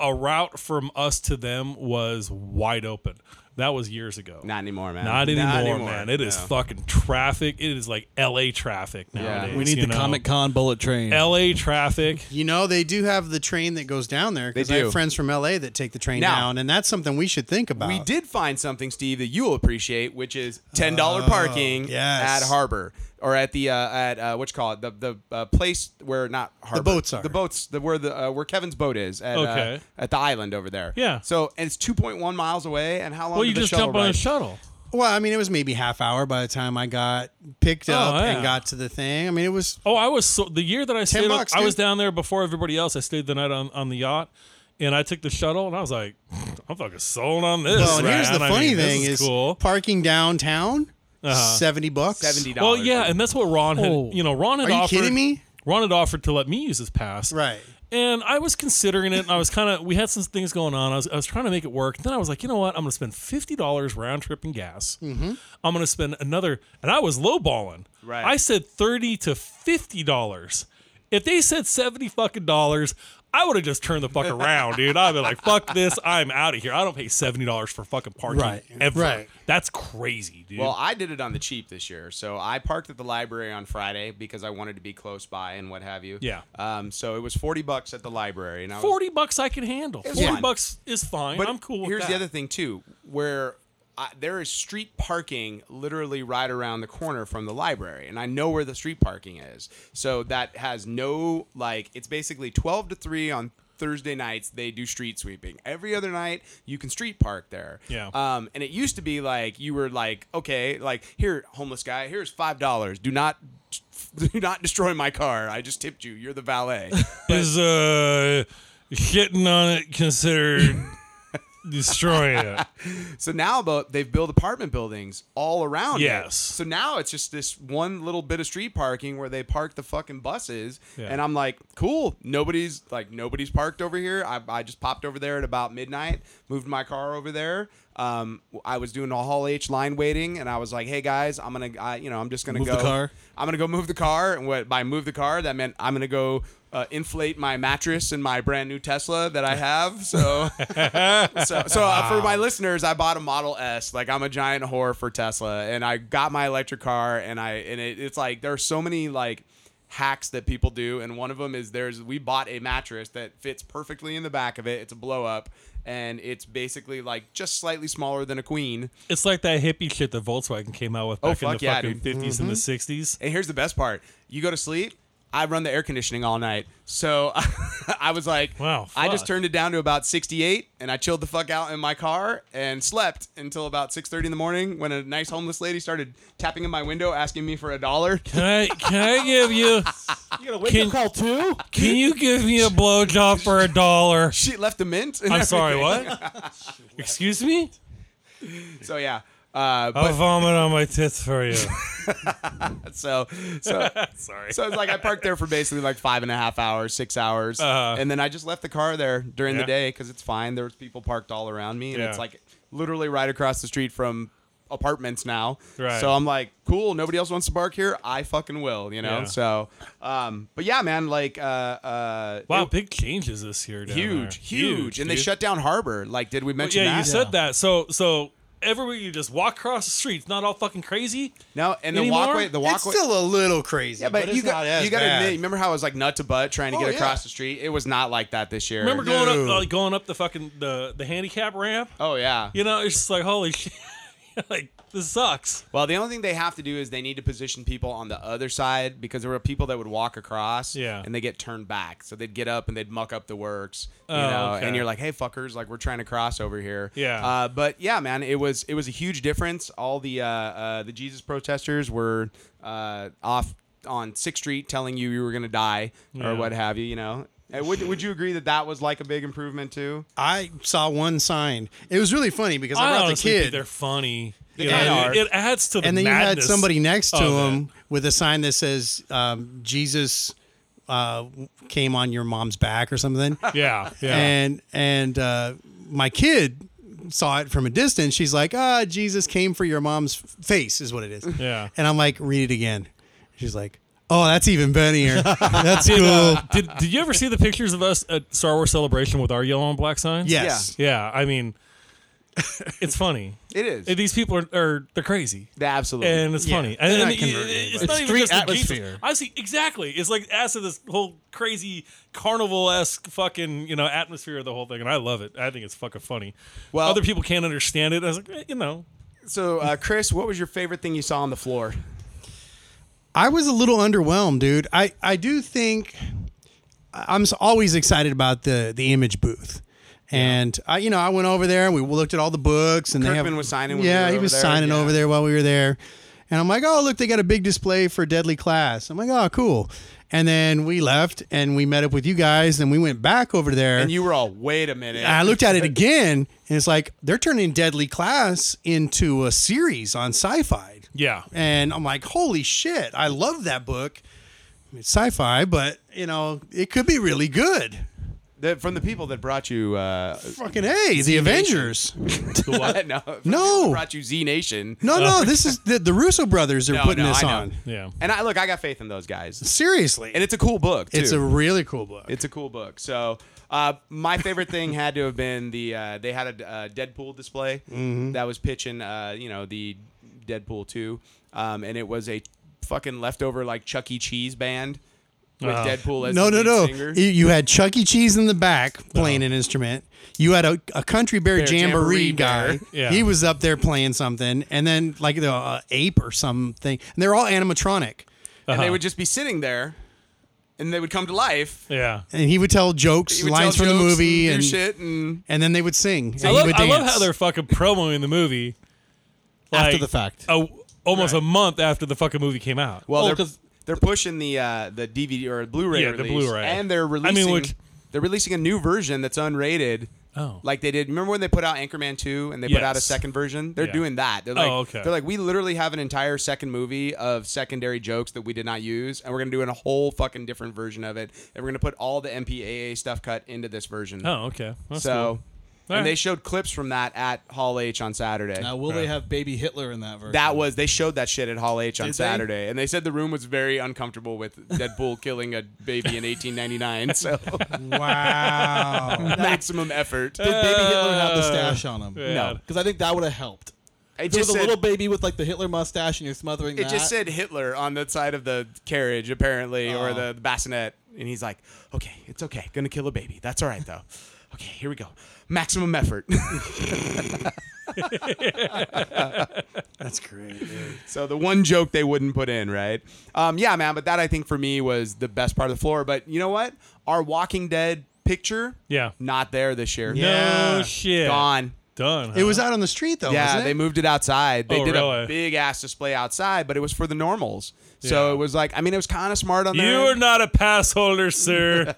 [SPEAKER 5] a route from us to them was wide open. That was years ago.
[SPEAKER 2] Not anymore, man.
[SPEAKER 5] Not anymore,
[SPEAKER 2] anymore,
[SPEAKER 5] man. It is
[SPEAKER 2] no.
[SPEAKER 5] fucking traffic. It is like LA traffic nowadays.
[SPEAKER 3] we need
[SPEAKER 5] you
[SPEAKER 3] the
[SPEAKER 5] know?
[SPEAKER 3] Comic Con bullet train.
[SPEAKER 5] LA traffic.
[SPEAKER 4] You know, they do have the train that goes down there because
[SPEAKER 2] They
[SPEAKER 4] I
[SPEAKER 2] do.
[SPEAKER 4] have friends from LA that take the train
[SPEAKER 2] Now-
[SPEAKER 4] down, and that's something we should think about.
[SPEAKER 2] We did find something, Steve, that you'll appreciate, which is ten dollar parking
[SPEAKER 4] Oh, yes.
[SPEAKER 2] at Harbor or at the uh, at uh, what you call it the the uh, place where not Harbor
[SPEAKER 4] boats are.
[SPEAKER 2] the boats the, where the uh, where Kevin's boat is at
[SPEAKER 5] Okay.
[SPEAKER 2] uh, at the island over there.
[SPEAKER 5] Yeah.
[SPEAKER 2] So and it's two point one miles away, and how long?
[SPEAKER 5] Well,
[SPEAKER 2] did
[SPEAKER 5] you
[SPEAKER 2] the
[SPEAKER 5] just
[SPEAKER 2] shuttle
[SPEAKER 5] jump on a
[SPEAKER 2] ride?
[SPEAKER 5] shuttle.
[SPEAKER 4] Well, I mean, it was maybe half hour by the time I got picked up
[SPEAKER 5] Oh, yeah.
[SPEAKER 4] and got to the thing. I mean, it was
[SPEAKER 5] Oh, I was so the year that I stayed.
[SPEAKER 4] bucks,
[SPEAKER 5] I was
[SPEAKER 4] dude.
[SPEAKER 5] down there before everybody else. I stayed the night on, on the yacht, and I took the shuttle, and I was like, "I'm fucking sold on this."
[SPEAKER 4] well. And here's
[SPEAKER 5] man.
[SPEAKER 4] the
[SPEAKER 5] I
[SPEAKER 4] funny
[SPEAKER 5] mean, this
[SPEAKER 4] thing is,
[SPEAKER 5] is, cool. Uh-huh.
[SPEAKER 4] parking downtown, seventy bucks.
[SPEAKER 2] Seventy dollars.
[SPEAKER 5] Well, yeah, and that's what Ron had.
[SPEAKER 3] Oh.
[SPEAKER 5] You know, Ron had
[SPEAKER 4] Are you
[SPEAKER 5] offered.
[SPEAKER 4] kidding me?
[SPEAKER 5] Ron had offered to let me use his pass.
[SPEAKER 4] Right.
[SPEAKER 5] And I was considering it. And I was kind of. We had some things going on. I was, I was trying to make it work. Then I was like, you know what? I'm going to spend fifty dollars round trip and gas. Mm-hmm. I'm going to spend another. And I was lowballing.
[SPEAKER 2] Right.
[SPEAKER 5] I said thirty to fifty dollars. If they said seventy fucking dollars. I would have just turned the fuck around, dude. I'd be like, "Fuck this! I'm out of here. I don't pay seventy dollars for fucking parking
[SPEAKER 4] Right.
[SPEAKER 5] ever.
[SPEAKER 4] Right.
[SPEAKER 5] That's crazy, dude.
[SPEAKER 2] Well, I did it on the cheap this year. So I parked at the library on Friday because I wanted to be close by and what have you.
[SPEAKER 5] Yeah.
[SPEAKER 2] Um. So it was forty bucks at the library, and I was
[SPEAKER 5] 40 bucks I can handle. 40
[SPEAKER 2] fine.
[SPEAKER 5] bucks is fine.
[SPEAKER 2] But
[SPEAKER 5] I'm cool with
[SPEAKER 2] here's
[SPEAKER 5] that.
[SPEAKER 2] the other thing too, where I, there is street parking literally right around the corner from the library, and I know where the street parking is. So that has no like it's basically twelve to three on. Thursday nights they do street sweeping. Every other night you can street park there.
[SPEAKER 5] Yeah.
[SPEAKER 2] Um, and it used to be like you were like, okay, like here, homeless guy, here's five dollars. Do not, do not destroy my car. I just tipped you. You're the valet.
[SPEAKER 5] Is uh, shitting on it considered destroying it?
[SPEAKER 2] So now about they've built apartment buildings all around. it.
[SPEAKER 5] Yes.
[SPEAKER 2] So now it's just this one little bit of street parking where they park the fucking buses,
[SPEAKER 5] Yeah.
[SPEAKER 2] and I'm like, cool. Nobody's like nobody's parked over here. I, I just popped over there at about midnight, moved my car over there. Um, I was doing a Hall H line waiting, and I was like, hey guys, I'm gonna, I, you know, I'm just gonna
[SPEAKER 3] Move
[SPEAKER 2] go.
[SPEAKER 3] the car?
[SPEAKER 2] I'm gonna go move the car, and what by move the car that meant I'm gonna go uh, inflate my mattress in my brand new Tesla that I have. So, so, so uh, for my listeners, I bought a Model S. Like I'm a giant whore for Tesla, and I got my electric car, and I and it, it's like there are so many like hacks that people do, and one of them is there's we bought a mattress that fits perfectly in the back of it. It's a blow up, and it's basically like just slightly smaller than a queen.
[SPEAKER 5] It's like that hippie shit that Volkswagen came out with
[SPEAKER 2] Oh,
[SPEAKER 5] back in
[SPEAKER 2] fuck
[SPEAKER 5] the
[SPEAKER 2] yeah,
[SPEAKER 5] fucking
[SPEAKER 2] dude. Mm-hmm.
[SPEAKER 5] 50s and the 60s.
[SPEAKER 2] And here's the best part: you go to sleep. I run the air conditioning all night, so I was like,
[SPEAKER 5] Wow,
[SPEAKER 2] I just
[SPEAKER 5] fuck.
[SPEAKER 2] turned it down to about 68, and I chilled the fuck out in my car and slept until about 6:30 in the morning when a nice homeless lady started tapping in my window asking me for a dollar.
[SPEAKER 5] Can I, can I give you?
[SPEAKER 3] You got a wake
[SPEAKER 5] Can-
[SPEAKER 3] up call too?
[SPEAKER 5] Can you give me a blowjob for a dollar?
[SPEAKER 2] She left a mint. and
[SPEAKER 5] I'm sorry,
[SPEAKER 2] everything.
[SPEAKER 5] what? Excuse me?
[SPEAKER 2] So yeah, uh, but
[SPEAKER 5] I'll vomit on my tits for you.
[SPEAKER 2] so so
[SPEAKER 5] sorry.
[SPEAKER 2] so it's like I parked there for basically like five and a half hours, six hours,
[SPEAKER 5] Uh-huh.
[SPEAKER 2] and then I just left the car there during
[SPEAKER 5] Yeah.
[SPEAKER 2] the day because it's fine. There was people parked all around me, and
[SPEAKER 5] Yeah.
[SPEAKER 2] it's like literally right across the street from apartments now.
[SPEAKER 5] Right.
[SPEAKER 2] So I'm like, cool. Nobody else wants to park here. I fucking will, you know.
[SPEAKER 5] Yeah.
[SPEAKER 2] So, um, but yeah, man, like, uh, uh,
[SPEAKER 5] Wow,
[SPEAKER 2] it-
[SPEAKER 5] big changes this year. Down
[SPEAKER 2] huge,
[SPEAKER 5] there.
[SPEAKER 2] huge, and they
[SPEAKER 5] dude.
[SPEAKER 2] shut down Harbor. Like, did we mention
[SPEAKER 5] Yeah,
[SPEAKER 2] that?
[SPEAKER 5] you said that. So, so everywhere you just walk across the street, it's not all fucking crazy.
[SPEAKER 2] no, and the
[SPEAKER 5] Anymore?
[SPEAKER 2] walkway, the walkway.
[SPEAKER 4] It's still a little crazy.
[SPEAKER 2] yeah, but,
[SPEAKER 4] it's
[SPEAKER 2] you
[SPEAKER 4] not
[SPEAKER 2] got
[SPEAKER 4] as
[SPEAKER 2] you got to
[SPEAKER 4] bad.
[SPEAKER 2] admit. Remember how it was like nut to butt trying to
[SPEAKER 4] Oh,
[SPEAKER 2] get
[SPEAKER 4] yeah.
[SPEAKER 2] across the street? It was not like that this year.
[SPEAKER 5] Remember going up,
[SPEAKER 4] No.
[SPEAKER 5] uh, going up the fucking the the handicap ramp?
[SPEAKER 2] Oh yeah.
[SPEAKER 5] You know, it's just like holy shit. like this sucks.
[SPEAKER 2] Well, the only thing they have to do is they need to position people on the other side because there were people that would walk across
[SPEAKER 5] Yeah.
[SPEAKER 2] and they get turned back. So they'd get up and they'd muck up the works, you
[SPEAKER 5] Oh,
[SPEAKER 2] know,
[SPEAKER 5] okay.
[SPEAKER 2] and you're like, hey, fuckers, like we're trying to cross over here.
[SPEAKER 5] Yeah.
[SPEAKER 2] Uh, but yeah, man, it was it was a huge difference. All the uh, uh, the Jesus protesters were uh, off on Sixth Street telling you you were going to die
[SPEAKER 5] Yeah.
[SPEAKER 2] or what have you, you know. And would, would you agree that that was like a big improvement too?
[SPEAKER 4] I saw one sign. It was really funny because I,
[SPEAKER 5] I
[SPEAKER 4] brought the
[SPEAKER 5] honestly think
[SPEAKER 4] kid.
[SPEAKER 5] they're funny.
[SPEAKER 2] They
[SPEAKER 5] You know,
[SPEAKER 2] are.
[SPEAKER 5] It, it adds to the
[SPEAKER 4] and then you had
[SPEAKER 5] madness
[SPEAKER 4] somebody next to
[SPEAKER 5] of
[SPEAKER 4] him
[SPEAKER 5] it.
[SPEAKER 4] with a sign that says um, Jesus uh, came on your mom's back or something.
[SPEAKER 5] Yeah, yeah.
[SPEAKER 4] And and uh, my kid saw it from a distance. She's like, "Ah, Jesus came for your mom's f- face," is what it is.
[SPEAKER 5] Yeah.
[SPEAKER 4] And I'm like, "Read it again." She's like, "Oh, that's even funnier. That's cool."
[SPEAKER 5] did Did you ever see the pictures of us at Star Wars Celebration with our yellow and black signs?
[SPEAKER 4] Yes.
[SPEAKER 5] Yeah, I mean, it's funny.
[SPEAKER 2] It is.
[SPEAKER 5] These people are, are they're crazy.
[SPEAKER 2] Absolutely.
[SPEAKER 5] And it's
[SPEAKER 4] Yeah,
[SPEAKER 5] funny.
[SPEAKER 4] they're
[SPEAKER 5] And
[SPEAKER 4] not
[SPEAKER 5] it-
[SPEAKER 4] converting anybody.
[SPEAKER 5] it's not
[SPEAKER 4] It's
[SPEAKER 5] even
[SPEAKER 3] street
[SPEAKER 5] just the
[SPEAKER 3] atmosphere.
[SPEAKER 5] Jesus. I see exactly. It's like as to this whole crazy carnival esque fucking you know atmosphere of the whole thing, and I love it. I think it's fucking funny.
[SPEAKER 2] Well-
[SPEAKER 5] other people can't understand it. I was like, eh, you know,
[SPEAKER 2] so, uh, Chris, what was your favorite thing you saw on the floor?
[SPEAKER 4] I was a little underwhelmed, dude. I, I do think I- I'm s- always excited about the the image booth. And I, you know, I went over there and we looked at all the books and they
[SPEAKER 2] Kirkman
[SPEAKER 4] have,
[SPEAKER 2] was signing when we
[SPEAKER 4] Yeah,
[SPEAKER 2] were
[SPEAKER 4] he
[SPEAKER 2] over
[SPEAKER 4] was
[SPEAKER 2] there,
[SPEAKER 4] signing
[SPEAKER 2] yeah.
[SPEAKER 4] over there while we were there, and I'm like, oh look, they got a big display for Deadly Class. I'm like, oh cool. And then we left and we met up with you guys and we went back over there.
[SPEAKER 2] And you were all, wait a minute.
[SPEAKER 4] And I looked at it again and it's like they're turning Deadly Class into a series on Sci-Fi
[SPEAKER 5] yeah.
[SPEAKER 4] and I'm like, holy shit, I love that book. I mean, It's sci-fi, but you know, it could be really good.
[SPEAKER 2] That from the people that brought you, uh,
[SPEAKER 4] Fucking a, the Avengers.
[SPEAKER 5] The what?
[SPEAKER 2] no, from the
[SPEAKER 4] No.
[SPEAKER 2] people that brought you Z Nation.
[SPEAKER 4] No, no, this is the, the Russo brothers are
[SPEAKER 2] Oh. No,
[SPEAKER 4] putting
[SPEAKER 2] no,
[SPEAKER 4] this
[SPEAKER 2] I know.
[SPEAKER 4] on.
[SPEAKER 5] yeah.
[SPEAKER 2] And I look, I got faith in those guys,
[SPEAKER 4] Seriously,
[SPEAKER 2] and it's a cool book. Too.
[SPEAKER 4] it's a really cool book.
[SPEAKER 2] it's a cool book. So, uh, my favorite thing had to have been the uh, they had a uh, Deadpool display that was pitching, uh, you know, the Deadpool two, um, and it was a fucking leftover like Chuck E. Cheese band with
[SPEAKER 4] Uh-huh.
[SPEAKER 5] Wow.
[SPEAKER 2] Deadpool as
[SPEAKER 4] no,
[SPEAKER 2] the
[SPEAKER 4] no,
[SPEAKER 2] lead
[SPEAKER 4] no.
[SPEAKER 2] singer. Oh.
[SPEAKER 4] You- You had Chuck E. Cheese in the back playing an instrument. You had a, a country bear,
[SPEAKER 2] Bear,
[SPEAKER 4] jamboree,
[SPEAKER 2] jamboree
[SPEAKER 4] guy.
[SPEAKER 2] bear.
[SPEAKER 5] Yeah.
[SPEAKER 4] He was up there playing something, and then like the uh, ape or something. And they're all animatronic.
[SPEAKER 2] and
[SPEAKER 4] Uh-huh.
[SPEAKER 2] they would just be sitting there, and they would come to life.
[SPEAKER 5] Yeah.
[SPEAKER 4] and he would tell jokes,
[SPEAKER 2] He would
[SPEAKER 4] lines
[SPEAKER 2] tell
[SPEAKER 4] from the
[SPEAKER 2] jokes
[SPEAKER 4] movie,
[SPEAKER 2] and,
[SPEAKER 4] and
[SPEAKER 2] do shit, and
[SPEAKER 4] and then they would sing.
[SPEAKER 5] I
[SPEAKER 4] and
[SPEAKER 5] love,
[SPEAKER 4] he would
[SPEAKER 5] I
[SPEAKER 4] dance.
[SPEAKER 5] love how they're fucking promoting the movie
[SPEAKER 3] After
[SPEAKER 5] like,
[SPEAKER 3] the fact.
[SPEAKER 5] a, almost a month after the fucking movie came out.
[SPEAKER 2] Well,
[SPEAKER 3] Oh,
[SPEAKER 2] they're
[SPEAKER 3] 'cause-
[SPEAKER 2] they're pushing the uh, the DVD or Blu-ray
[SPEAKER 5] Yeah, the
[SPEAKER 2] release,
[SPEAKER 5] Blu-ray.
[SPEAKER 2] and they're
[SPEAKER 5] I mean,
[SPEAKER 2] releasing.
[SPEAKER 5] which-
[SPEAKER 2] they're releasing a new version that's unrated.
[SPEAKER 5] Oh.
[SPEAKER 2] like they did. Remember when they put out Anchorman two and they put out a
[SPEAKER 5] Yes.
[SPEAKER 2] second version? They're
[SPEAKER 5] Yeah.
[SPEAKER 2] doing that. They're like,
[SPEAKER 5] Oh, okay.
[SPEAKER 2] they're like, we literally have an entire second movie of secondary jokes that we did not use, and we're gonna do a whole fucking different version of it, and we're gonna put all the MPAA stuff cut into this version.
[SPEAKER 5] oh, okay. That's
[SPEAKER 2] so,
[SPEAKER 5] All
[SPEAKER 2] and
[SPEAKER 5] right.
[SPEAKER 2] they showed clips from that at Hall H on Saturday.
[SPEAKER 3] Now, will they have baby Hitler in that version?
[SPEAKER 2] That was they showed that shit at Hall H on
[SPEAKER 3] Did they?
[SPEAKER 2] Saturday, and they said the room was very uncomfortable with Deadpool killing a baby in 1899. So
[SPEAKER 4] Wow.
[SPEAKER 2] maximum effort.
[SPEAKER 3] Did baby Hitler have the stash on him?
[SPEAKER 5] Uh, Yeah.
[SPEAKER 3] Because I think that would have helped.
[SPEAKER 2] It
[SPEAKER 3] There was
[SPEAKER 2] just
[SPEAKER 3] a
[SPEAKER 2] said-
[SPEAKER 3] little baby with like the Hitler mustache, and you're smothering
[SPEAKER 2] It
[SPEAKER 3] that.
[SPEAKER 2] just said Hitler on the side of the carriage, apparently, or the, the
[SPEAKER 4] Oh.
[SPEAKER 2] bassinet. And he's like, okay, it's okay. Gonna kill a baby. That's all right, though. okay, here we go. Maximum effort.
[SPEAKER 4] That's great. Dude.
[SPEAKER 2] so the one joke they wouldn't put in, right? Um, yeah, man. But that, I think, for me was the best part of the floor. But you know what? Our Walking Dead picture,
[SPEAKER 5] Yeah.
[SPEAKER 2] not there this year.
[SPEAKER 5] No
[SPEAKER 4] Yeah.
[SPEAKER 5] shit.
[SPEAKER 2] Gone.
[SPEAKER 5] Done. Huh?
[SPEAKER 4] It was out on the street though.
[SPEAKER 2] Yeah,
[SPEAKER 4] wasn't it?
[SPEAKER 2] they moved it outside. They
[SPEAKER 5] Oh,
[SPEAKER 2] did a
[SPEAKER 5] really?
[SPEAKER 2] big ass display outside, but it was for the normals. So
[SPEAKER 5] Yeah.
[SPEAKER 2] it was like, I mean, it was kind of smart on
[SPEAKER 5] You
[SPEAKER 2] their
[SPEAKER 5] are not a pass holder, sir.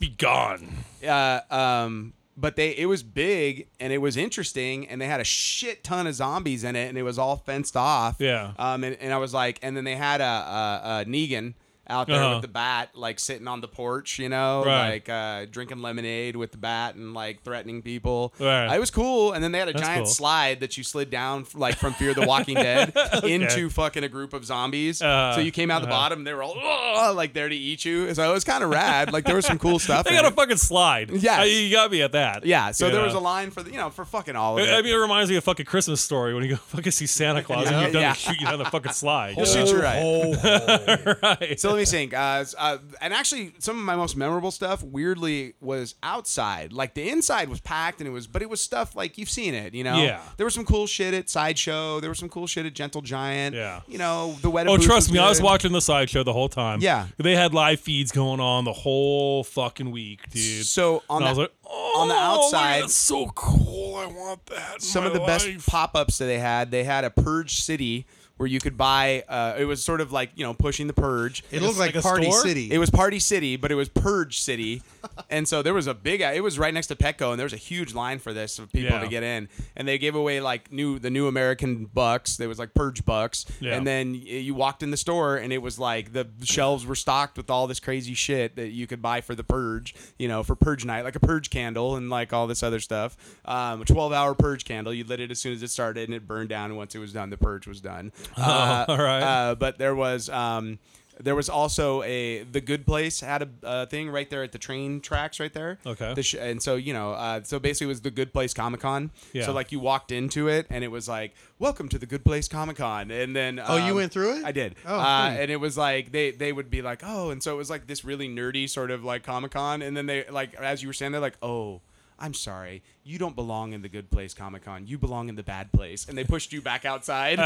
[SPEAKER 5] Be gone.
[SPEAKER 2] uh, um, but they it was big and it was interesting and they had a shit ton of zombies in it and it was all fenced off.
[SPEAKER 5] Yeah.
[SPEAKER 2] Um, and, and I was like, and then they had a, a, a Negan out there
[SPEAKER 5] Uh-huh.
[SPEAKER 2] with the bat, like sitting on the porch, you know,
[SPEAKER 5] Right.
[SPEAKER 2] like uh, drinking lemonade with the bat and like threatening people.
[SPEAKER 5] Right.
[SPEAKER 2] It was cool. And then they had a
[SPEAKER 5] That's
[SPEAKER 2] giant
[SPEAKER 5] cool.
[SPEAKER 2] slide that you slid down f- like from Fear the Walking Dead into fucking a group of zombies.
[SPEAKER 5] Uh,
[SPEAKER 2] so you came out the
[SPEAKER 5] uh-huh.
[SPEAKER 2] bottom, they were all "Ugh," like there to eat you. So it was kind of rad. Like there was some cool stuff.
[SPEAKER 5] They
[SPEAKER 2] in
[SPEAKER 5] got a
[SPEAKER 2] it.
[SPEAKER 5] fucking slide.
[SPEAKER 2] Yes.
[SPEAKER 5] I- you got me at that.
[SPEAKER 2] Yeah, so
[SPEAKER 5] You
[SPEAKER 2] there
[SPEAKER 5] know?
[SPEAKER 2] was a line for the, you know for fucking all of it.
[SPEAKER 5] I I mean, it reminds me of fucking Christmas story when you go fucking see Santa Claus and
[SPEAKER 2] Yeah.
[SPEAKER 5] you're done
[SPEAKER 2] Yeah.
[SPEAKER 5] to shoot you down the fucking slide.
[SPEAKER 2] You'll shoot
[SPEAKER 3] Oh,
[SPEAKER 2] your eye.
[SPEAKER 5] right.
[SPEAKER 2] So Uh, let me think. Uh, s- uh, and actually, some of my most memorable stuff, weirdly, was outside. Like the inside was packed, and it was, but it was stuff like you've seen it. You know,
[SPEAKER 5] Yeah.
[SPEAKER 2] There was some cool shit at sideshow. There was some cool shit at Gentle Giant.
[SPEAKER 5] Yeah.
[SPEAKER 2] You know, the wedding.
[SPEAKER 5] Oh, trust me, I was watching the sideshow the whole time.
[SPEAKER 2] Yeah.
[SPEAKER 5] They had live feeds going on the whole fucking week, dude.
[SPEAKER 2] So on
[SPEAKER 5] and
[SPEAKER 2] the
[SPEAKER 5] I was like, oh,
[SPEAKER 2] on the outside-
[SPEAKER 5] that's so cool. I want that. in
[SPEAKER 2] some of
[SPEAKER 5] my
[SPEAKER 2] the best
[SPEAKER 5] life."
[SPEAKER 2] pop-ups that they had they had a purge city where you could buy uh, it was sort of like you know pushing the purge
[SPEAKER 4] It looked like,
[SPEAKER 3] like a
[SPEAKER 4] Party
[SPEAKER 3] store?
[SPEAKER 4] City.
[SPEAKER 2] it was party city but it was purge city and so there was a big it was right next to petco and there was a huge line for this of people
[SPEAKER 5] Yeah.
[SPEAKER 2] to get in and they gave away like new the new american bucks there was like purge bucks
[SPEAKER 5] Yeah.
[SPEAKER 2] and then y- you walked in the store and it was like the shelves were stocked with all this crazy shit that you could buy for the purge you know for purge night like a purge candle and like all this other stuff um, a 12 hour purge candle you lit it as soon as it started and it burned down once it was done the purge was done uh,
[SPEAKER 5] all right.
[SPEAKER 2] uh, but there was um, there was also a the good place had a uh, thing right there at the train tracks right there.
[SPEAKER 5] Okay.
[SPEAKER 2] The sh- and so you know, uh, so basically it was the good place Comic Con.
[SPEAKER 5] Yeah.
[SPEAKER 2] So like you walked into it and it was like, "Welcome to the good place Comic Con," and then
[SPEAKER 4] Oh, you
[SPEAKER 2] um,
[SPEAKER 4] went through it?
[SPEAKER 2] I did.
[SPEAKER 4] Oh,
[SPEAKER 2] uh,
[SPEAKER 4] cool.
[SPEAKER 2] and it was like they they would be like, "Oh," and so it was like this really nerdy sort of like Comic Con, and then they like as you were saying, they're like, "Oh." I'm sorry, you don't belong in the good place Comic Con. You belong in the bad place. And they pushed you back outside.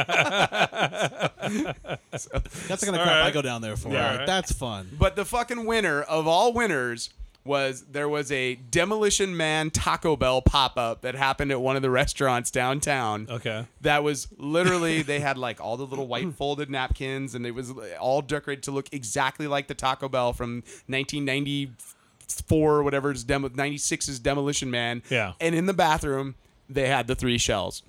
[SPEAKER 3] That's the kind of crap I
[SPEAKER 5] Alright.
[SPEAKER 3] go down there for.
[SPEAKER 5] Yeah.
[SPEAKER 3] Like, that's fun.
[SPEAKER 2] But the fucking winner of all winners was there was a Demolition Man Taco Bell pop up that happened at one of the restaurants downtown.
[SPEAKER 5] Okay.
[SPEAKER 2] That was literally they had like all the little white folded napkins and it was all decorated to look exactly like the Taco Bell from 1994 or whatever's demo 96's Demolition Man.
[SPEAKER 5] Yeah.
[SPEAKER 2] And in the bathroom they had the three shells.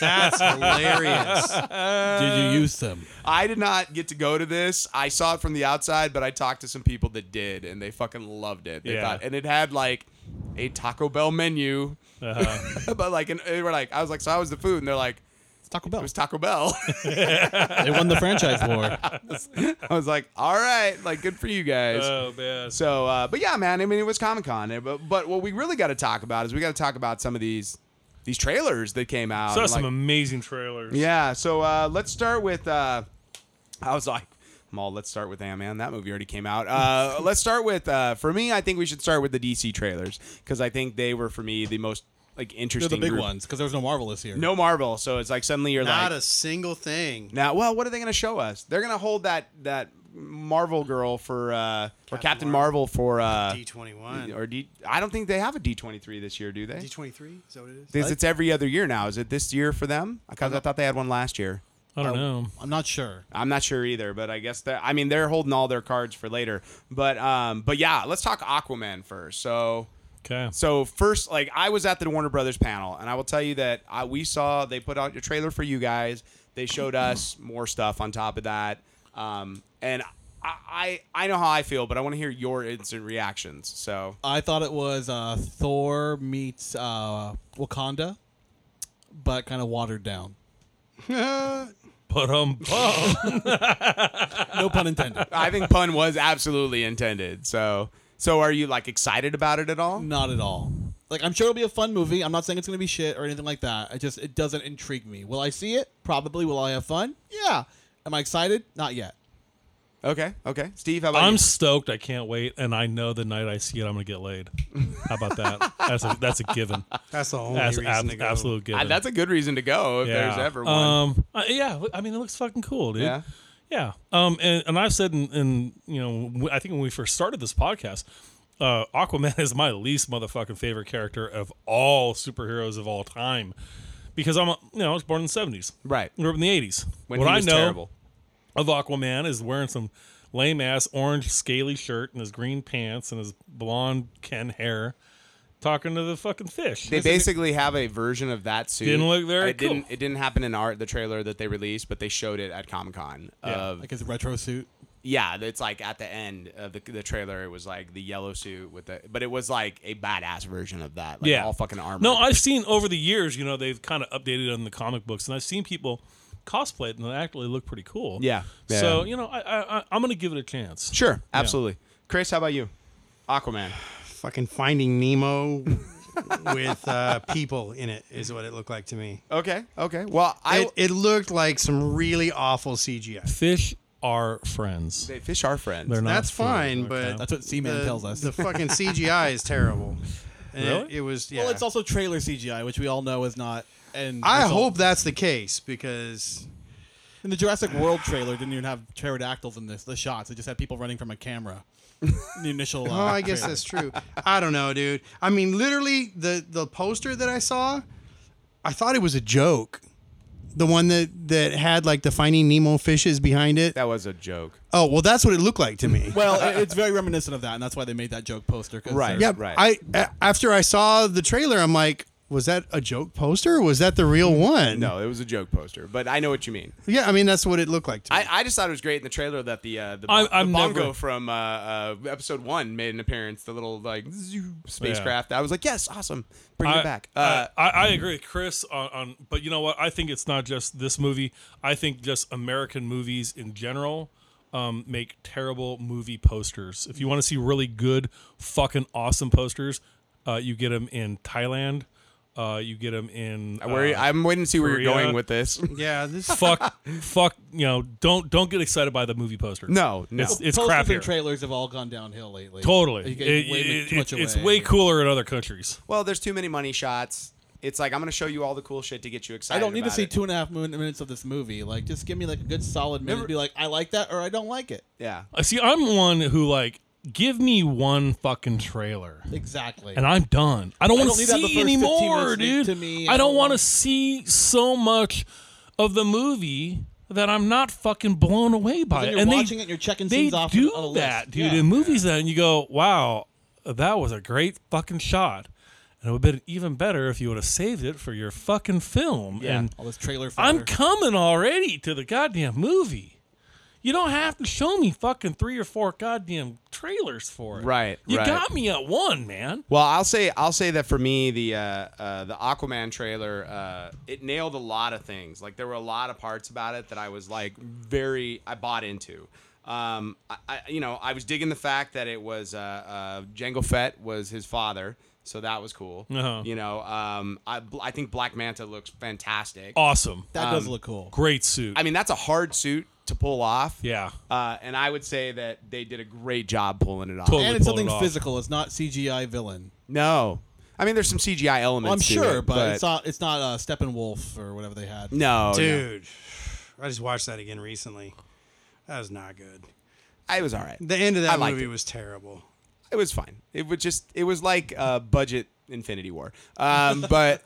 [SPEAKER 4] That's hilarious.
[SPEAKER 2] Uh,
[SPEAKER 3] Did you use them?
[SPEAKER 2] I did not get to go to this. I saw it from the outside, but I talked to some people that did, and they fucking loved it. They
[SPEAKER 5] Yeah.
[SPEAKER 2] thought, and it had like a Taco Bell menu,
[SPEAKER 5] Uh-huh.
[SPEAKER 2] but like, and they were like, I was like, so I was the food, and they're like,
[SPEAKER 3] It's Taco Bell.
[SPEAKER 2] it was Taco Bell.
[SPEAKER 3] they won the franchise war.
[SPEAKER 2] I was like, all right, like, good for you guys.
[SPEAKER 5] Oh, man.
[SPEAKER 2] so, uh, but yeah, man. I mean, it was Comic Con, eh, but but what we really got to talk about is we got to talk about some of these these trailers that came out.
[SPEAKER 5] Saw
[SPEAKER 2] and,
[SPEAKER 5] some
[SPEAKER 2] like-
[SPEAKER 5] amazing trailers.
[SPEAKER 2] Yeah. So uh, let's start with. Uh, I was like, Maul, let's start with Ant Man. That movie already came out. Uh, let's start with. Uh, for me, I think we should start with the DC trailers because I think they were for me the most like
[SPEAKER 3] They're
[SPEAKER 2] interesting.
[SPEAKER 3] the big
[SPEAKER 2] group.
[SPEAKER 3] ones because there was no Marvel this year.
[SPEAKER 2] No Marvel, so it's like suddenly you're
[SPEAKER 4] Not
[SPEAKER 2] like
[SPEAKER 4] a single thing.
[SPEAKER 2] now. Well, what are they going to show us? They're going to hold that that Marvel girl for uh, or Captain
[SPEAKER 4] Captain
[SPEAKER 2] Marvel, for uh,
[SPEAKER 4] D twenty one.
[SPEAKER 2] or D. I don't think they have a D twenty three this year, do they?
[SPEAKER 4] D twenty three? Is that what it is?
[SPEAKER 2] Because it's every other year now. Is it this year for them? Because I thought they had one last year.
[SPEAKER 5] I don't
[SPEAKER 2] Oh.
[SPEAKER 5] know.
[SPEAKER 3] I'm not sure.
[SPEAKER 2] I'm not sure either, but I guess they're. I mean, they're holding all their cards for later. But um, but yeah, let's talk Aquaman first. So
[SPEAKER 5] Okay.
[SPEAKER 2] so first, like I was at the Warner Brothers panel, and I will tell you that I, we saw they put out a trailer for you guys. They showed us more stuff on top of that, um, and I, I I know how I feel, but I want to hear your instant reactions. So
[SPEAKER 3] I thought it was uh, Thor meets uh, Wakanda, but kind of watered down.
[SPEAKER 5] But um,
[SPEAKER 3] No pun intended.
[SPEAKER 2] I think pun was absolutely intended. So so are you like excited about it at all?
[SPEAKER 3] Not at all. Like I'm sure it'll be a fun movie. I'm not saying it's gonna be shit or anything like that. It just it doesn't intrigue me. Will I see it? Probably. Will I have fun? Yeah. Am I excited? Not yet.
[SPEAKER 2] Okay, okay. Steve, how about
[SPEAKER 5] I'm
[SPEAKER 2] you?
[SPEAKER 5] stoked. I can't wait, and I know the night I see it, I'm gonna get laid. How about that? That's a, that's a given.
[SPEAKER 4] That's the only
[SPEAKER 5] That's
[SPEAKER 4] reason
[SPEAKER 5] ab-
[SPEAKER 4] to go.
[SPEAKER 5] absolute given.
[SPEAKER 2] Uh, that's a good reason to go if there's ever one.
[SPEAKER 5] Um, uh, yeah, I mean, it looks fucking cool, dude.
[SPEAKER 2] Yeah.
[SPEAKER 5] Yeah. Um, and, and I've said, in, in you know, w- I think when we first started this podcast, uh, Aquaman is my least motherfucking favorite character of all superheroes of all time, because I'm, a, you know, I was born in the '70s,
[SPEAKER 2] Right.
[SPEAKER 5] Grew up in the '80s.
[SPEAKER 2] When
[SPEAKER 5] what
[SPEAKER 2] he
[SPEAKER 5] I
[SPEAKER 2] was
[SPEAKER 5] know
[SPEAKER 2] terrible.
[SPEAKER 5] of Aquaman is wearing some lame ass orange scaly shirt and his green pants and his blonde Ken hair, talking to the fucking fish.
[SPEAKER 2] They
[SPEAKER 5] It's an-
[SPEAKER 2] basically have a version of that suit.
[SPEAKER 5] Didn't look very
[SPEAKER 2] it Didn't,
[SPEAKER 5] cool.
[SPEAKER 2] it didn't happen in art, the trailer that they released, but they showed it at Comic Con.
[SPEAKER 5] Yeah.
[SPEAKER 2] Yeah.
[SPEAKER 3] Like his retro suit.
[SPEAKER 2] yeah, it's like at the end of the, the trailer, it was like the yellow suit with the, but it was like a badass version of that. Like all fucking armor.
[SPEAKER 5] No, I've seen over the years, you know, they've kind of updated it in the comic books, and I've seen people cosplay it, and they actually look pretty cool.
[SPEAKER 2] Yeah. Yeah.
[SPEAKER 5] So you know, I, I, I- I'm gonna give it a chance.
[SPEAKER 2] Sure, absolutely. Chris, how about you? Aquaman.
[SPEAKER 4] Fucking Finding Nemo with uh, people in it is what it looked like to me.
[SPEAKER 2] Okay, okay. Well, I
[SPEAKER 4] it, it looked like some really awful CGI.
[SPEAKER 5] Fish are friends.
[SPEAKER 2] they fish are friends.
[SPEAKER 5] They're not
[SPEAKER 4] That's
[SPEAKER 5] friends,
[SPEAKER 4] fine, but
[SPEAKER 3] That's what Seaman
[SPEAKER 4] the,
[SPEAKER 3] tells us.
[SPEAKER 4] the fucking CGI is terrible. And it-
[SPEAKER 5] Really?
[SPEAKER 4] It, was. Yeah.
[SPEAKER 3] Well, it's also trailer CGI, which we all know is not. And
[SPEAKER 4] I
[SPEAKER 3] result-
[SPEAKER 4] hope that's the case because
[SPEAKER 3] in the Jurassic World trailer didn't even have pterodactyls in this. The shots it just had people running from a camera. the initial. Uh,
[SPEAKER 4] Oh, I guess that's true. I don't know, dude. I mean, literally the the poster that I saw, I thought it was a joke. The one that that had like the Finding Nemo fishes behind it.
[SPEAKER 2] that was a joke.
[SPEAKER 5] Um,
[SPEAKER 4] Oh, well, that's what it looked like to me.
[SPEAKER 3] Well, it- it's very reminiscent of that, and that's why they made that joke poster. 'cause, uh,
[SPEAKER 2] Right.
[SPEAKER 4] yeah,
[SPEAKER 2] right.
[SPEAKER 4] I a- after I saw the trailer, I'm like, was that a joke poster? Or was that the
[SPEAKER 3] Mm,
[SPEAKER 4] real one?
[SPEAKER 2] No, it was a joke poster, but I know what you mean.
[SPEAKER 4] Yeah, I mean that's what it looked like to me.
[SPEAKER 2] I, I just thought it was great in the trailer that the uh, the,
[SPEAKER 5] I-
[SPEAKER 2] bo- the
[SPEAKER 5] I'm
[SPEAKER 2] bongo
[SPEAKER 5] never-
[SPEAKER 2] from uh, uh, episode one made an appearance. The little like zoo spacecraft. I was like, yes, awesome, bring it back. Uh,
[SPEAKER 5] I, I agree with Chris on, on, but you know what? I think it's not just this movie. I think just American movies in general um, make terrible movie posters. If you want to see really good, fucking awesome posters, uh, you get them in Thailand. Uh, you get them in.
[SPEAKER 2] I worry,
[SPEAKER 5] uh,
[SPEAKER 2] I'm waiting to see where you're
[SPEAKER 5] Korea.
[SPEAKER 2] going with this.
[SPEAKER 4] yeah, this
[SPEAKER 5] fuck, fuck. You know, don't don't get excited by the movie poster.
[SPEAKER 2] No, no.
[SPEAKER 5] it's, it's
[SPEAKER 3] posters
[SPEAKER 5] crap
[SPEAKER 3] and
[SPEAKER 5] here.
[SPEAKER 3] trailers have all gone downhill lately.
[SPEAKER 5] totally,
[SPEAKER 3] You
[SPEAKER 5] it,
[SPEAKER 3] gave way
[SPEAKER 5] it-
[SPEAKER 3] too much
[SPEAKER 5] it- it's
[SPEAKER 3] away.
[SPEAKER 5] way cooler in other countries.
[SPEAKER 2] well, there's too many money shots. It's like I'm going to show you all the cool shit to get you
[SPEAKER 3] I
[SPEAKER 2] excited.
[SPEAKER 3] don't need to
[SPEAKER 2] about
[SPEAKER 3] see
[SPEAKER 2] it.
[SPEAKER 3] two and a half min- minutes of this movie. Like, just give me like a good solid minute.
[SPEAKER 2] Never-
[SPEAKER 3] and be like, I like that or I don't like it.
[SPEAKER 2] Yeah,
[SPEAKER 5] Uh, See, I'm one who like give me one fucking trailer.
[SPEAKER 3] Exactly.
[SPEAKER 5] and I'm done. I don't want
[SPEAKER 3] don't
[SPEAKER 5] to
[SPEAKER 3] need that the
[SPEAKER 5] see
[SPEAKER 3] first 15
[SPEAKER 5] anymore,
[SPEAKER 3] minutes
[SPEAKER 5] dude.
[SPEAKER 3] to me.
[SPEAKER 5] I
[SPEAKER 3] I
[SPEAKER 5] don't
[SPEAKER 3] don't
[SPEAKER 5] want to
[SPEAKER 3] want-
[SPEAKER 5] see so much of the movie that I'm not fucking blown away by.
[SPEAKER 3] then
[SPEAKER 5] it.
[SPEAKER 3] you're
[SPEAKER 5] and they-
[SPEAKER 3] watching it, you're checking
[SPEAKER 5] they
[SPEAKER 3] scenes off
[SPEAKER 5] do
[SPEAKER 3] on a
[SPEAKER 5] that,
[SPEAKER 3] list.
[SPEAKER 5] dude,
[SPEAKER 3] Yeah.
[SPEAKER 5] in movies. Then you go, wow, that was a great fucking shot, and it would have been even better if you would have saved it for your fucking film.
[SPEAKER 2] Yeah.
[SPEAKER 5] And
[SPEAKER 3] all this trailer. Fodder.
[SPEAKER 5] I'm coming already to the goddamn movie. You don't have to show me fucking three or four goddamn trailers for it.
[SPEAKER 2] Right,
[SPEAKER 5] You
[SPEAKER 2] right.
[SPEAKER 5] got me at one, man.
[SPEAKER 2] Well, I'll say I'll say that for me, the uh, uh, the Aquaman trailer uh, it nailed a lot of things. Like there were a lot of parts about it that I was like very I bought into. Um, I, I you know I was digging the fact that it was uh, uh, Jango Fett was his father, so that was cool.
[SPEAKER 5] Uh-huh.
[SPEAKER 2] You know, um, I I think Black Manta looks fantastic.
[SPEAKER 5] Awesome.
[SPEAKER 3] that does look cool.
[SPEAKER 5] Great suit.
[SPEAKER 2] I mean, that's a hard suit to pull off.
[SPEAKER 5] Yeah.
[SPEAKER 2] Uh, and I would say that they did a great job pulling it off.
[SPEAKER 5] Totally.
[SPEAKER 3] And it's
[SPEAKER 5] pulled it
[SPEAKER 3] something
[SPEAKER 5] off.
[SPEAKER 3] physical. It's not CGI villain.
[SPEAKER 2] No, I mean there's some CGI elements.
[SPEAKER 3] I'm
[SPEAKER 2] to
[SPEAKER 3] sure,
[SPEAKER 2] it,
[SPEAKER 3] but, it's not. It's not uh, Steppenwolf or whatever they had.
[SPEAKER 2] no, no.
[SPEAKER 4] dude, I just watched that again recently. That was not good.
[SPEAKER 2] I was all right.
[SPEAKER 4] The end of
[SPEAKER 2] I
[SPEAKER 4] that
[SPEAKER 2] liked
[SPEAKER 4] movie
[SPEAKER 2] it.
[SPEAKER 4] was terrible.
[SPEAKER 2] It was fine. It was just it was like uh, budget Infinity War. Um, but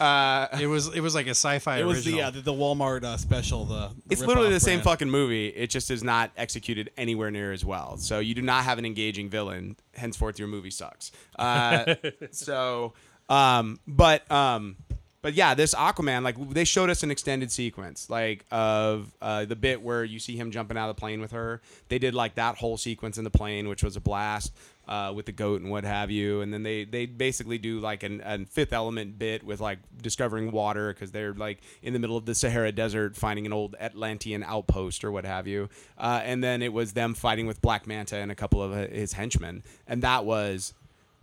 [SPEAKER 4] It was it was like a sci-fi
[SPEAKER 3] It
[SPEAKER 4] original.
[SPEAKER 3] was the, yeah, the the Walmart uh, special. The, the
[SPEAKER 2] it's literally
[SPEAKER 3] rip-off
[SPEAKER 2] the same
[SPEAKER 3] brand.
[SPEAKER 2] fucking movie. It just is not executed anywhere near as well. So you do not have an engaging villain. Henceforth, your movie sucks. Uh, so, um, but um, but yeah, this Aquaman, like they showed us an extended sequence, like of uh, the bit where you see him jumping out of the plane with her. They did like that whole sequence in the plane, which was a blast. uh, with the goat and what have you. And then they, they basically do like an, an fifth element bit with like discovering water because they're like in the middle of the Sahara Desert finding an old Atlantean outpost or what have you. Uh, and then it was them fighting with Black Manta and a couple of his henchmen. And that was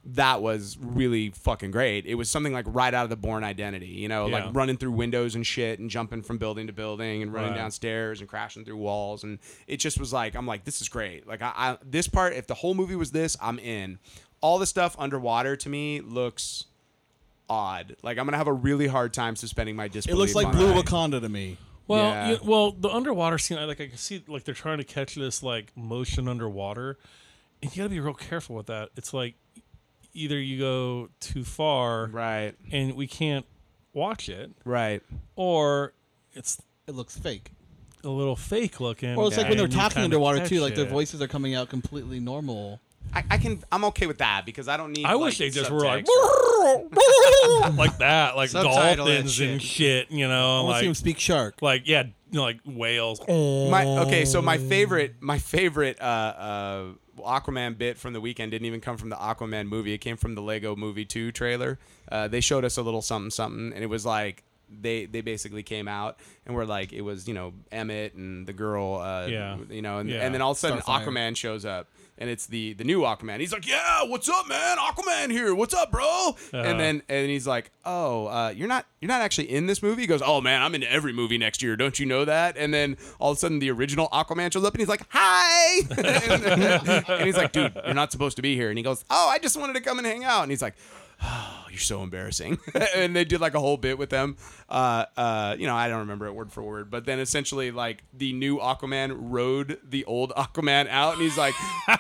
[SPEAKER 2] that was really fucking great. It was something like right out of the Born Identity, you know,
[SPEAKER 5] Yeah.
[SPEAKER 2] like running through windows and shit, and jumping from building to building, and running
[SPEAKER 5] Right.
[SPEAKER 2] downstairs and crashing through walls, and it just was like, I'm like, this is great. Like I, I this part, if the whole movie was this, I'm in. All the stuff underwater to me looks odd. Like I'm gonna have a really hard time suspending my
[SPEAKER 3] It
[SPEAKER 2] disbelief.
[SPEAKER 3] looks like
[SPEAKER 2] on
[SPEAKER 3] Blue
[SPEAKER 2] that.
[SPEAKER 3] Wakanda to me.
[SPEAKER 5] Well,
[SPEAKER 2] Yeah.
[SPEAKER 5] you- well, the underwater scene, I like, I can see like they're trying to catch this like motion underwater, and you got to be real careful with that. It's like either you go too far,
[SPEAKER 2] Right,
[SPEAKER 5] and we can't watch it,
[SPEAKER 2] right.
[SPEAKER 5] or it's
[SPEAKER 3] It looks fake.
[SPEAKER 5] a little fake looking.
[SPEAKER 3] Well, it's like when they're
[SPEAKER 5] and you
[SPEAKER 3] talking
[SPEAKER 5] kinda
[SPEAKER 3] underwater
[SPEAKER 5] catch
[SPEAKER 3] too. Like their
[SPEAKER 5] it.
[SPEAKER 3] voices are coming out completely normal.
[SPEAKER 2] I, I can. I'm okay with that because I don't need.
[SPEAKER 5] I wish they
[SPEAKER 2] like,
[SPEAKER 5] just were like
[SPEAKER 2] subtext or-
[SPEAKER 5] like that, like
[SPEAKER 4] Subtitle that
[SPEAKER 5] dolphins and shit. You
[SPEAKER 3] I
[SPEAKER 5] know,
[SPEAKER 3] want to see him
[SPEAKER 5] like
[SPEAKER 3] speak shark.
[SPEAKER 5] like yeah, you know, like whales.
[SPEAKER 2] My okay, so my favorite, my favorite uh, uh, Aquaman bit from the weekend didn't even come from the Aquaman movie. It came from the Lego Movie Two trailer. Uh, they showed us a little something, something, and it was like they they basically came out and were like it was you know Emmett and the girl, uh,
[SPEAKER 5] Yeah.
[SPEAKER 2] you know, and,
[SPEAKER 5] Yeah.
[SPEAKER 2] and then all of a sudden
[SPEAKER 3] Starfire.
[SPEAKER 2] Aquaman shows up. And it's the the new Aquaman. He's like, "Yeah, what's up, man? Aquaman here. What's up, bro?" And then and he's like, "Oh, uh, you're not you're not actually in this movie." He goes, "Oh man, I'm in every movie next year. Don't you know that?" And then all of a sudden, the original Aquaman shows up, and he's like, "Hi," and, and he's like, "Dude, you're not supposed to be here." And he goes, "Oh, I just wanted to come and hang out." And he's like. Oh, you're so embarrassing. and they did like a whole bit with them. Uh, uh, you know, I don't remember it word for word, but then essentially like the new Aquaman rode the old Aquaman out, and he's like,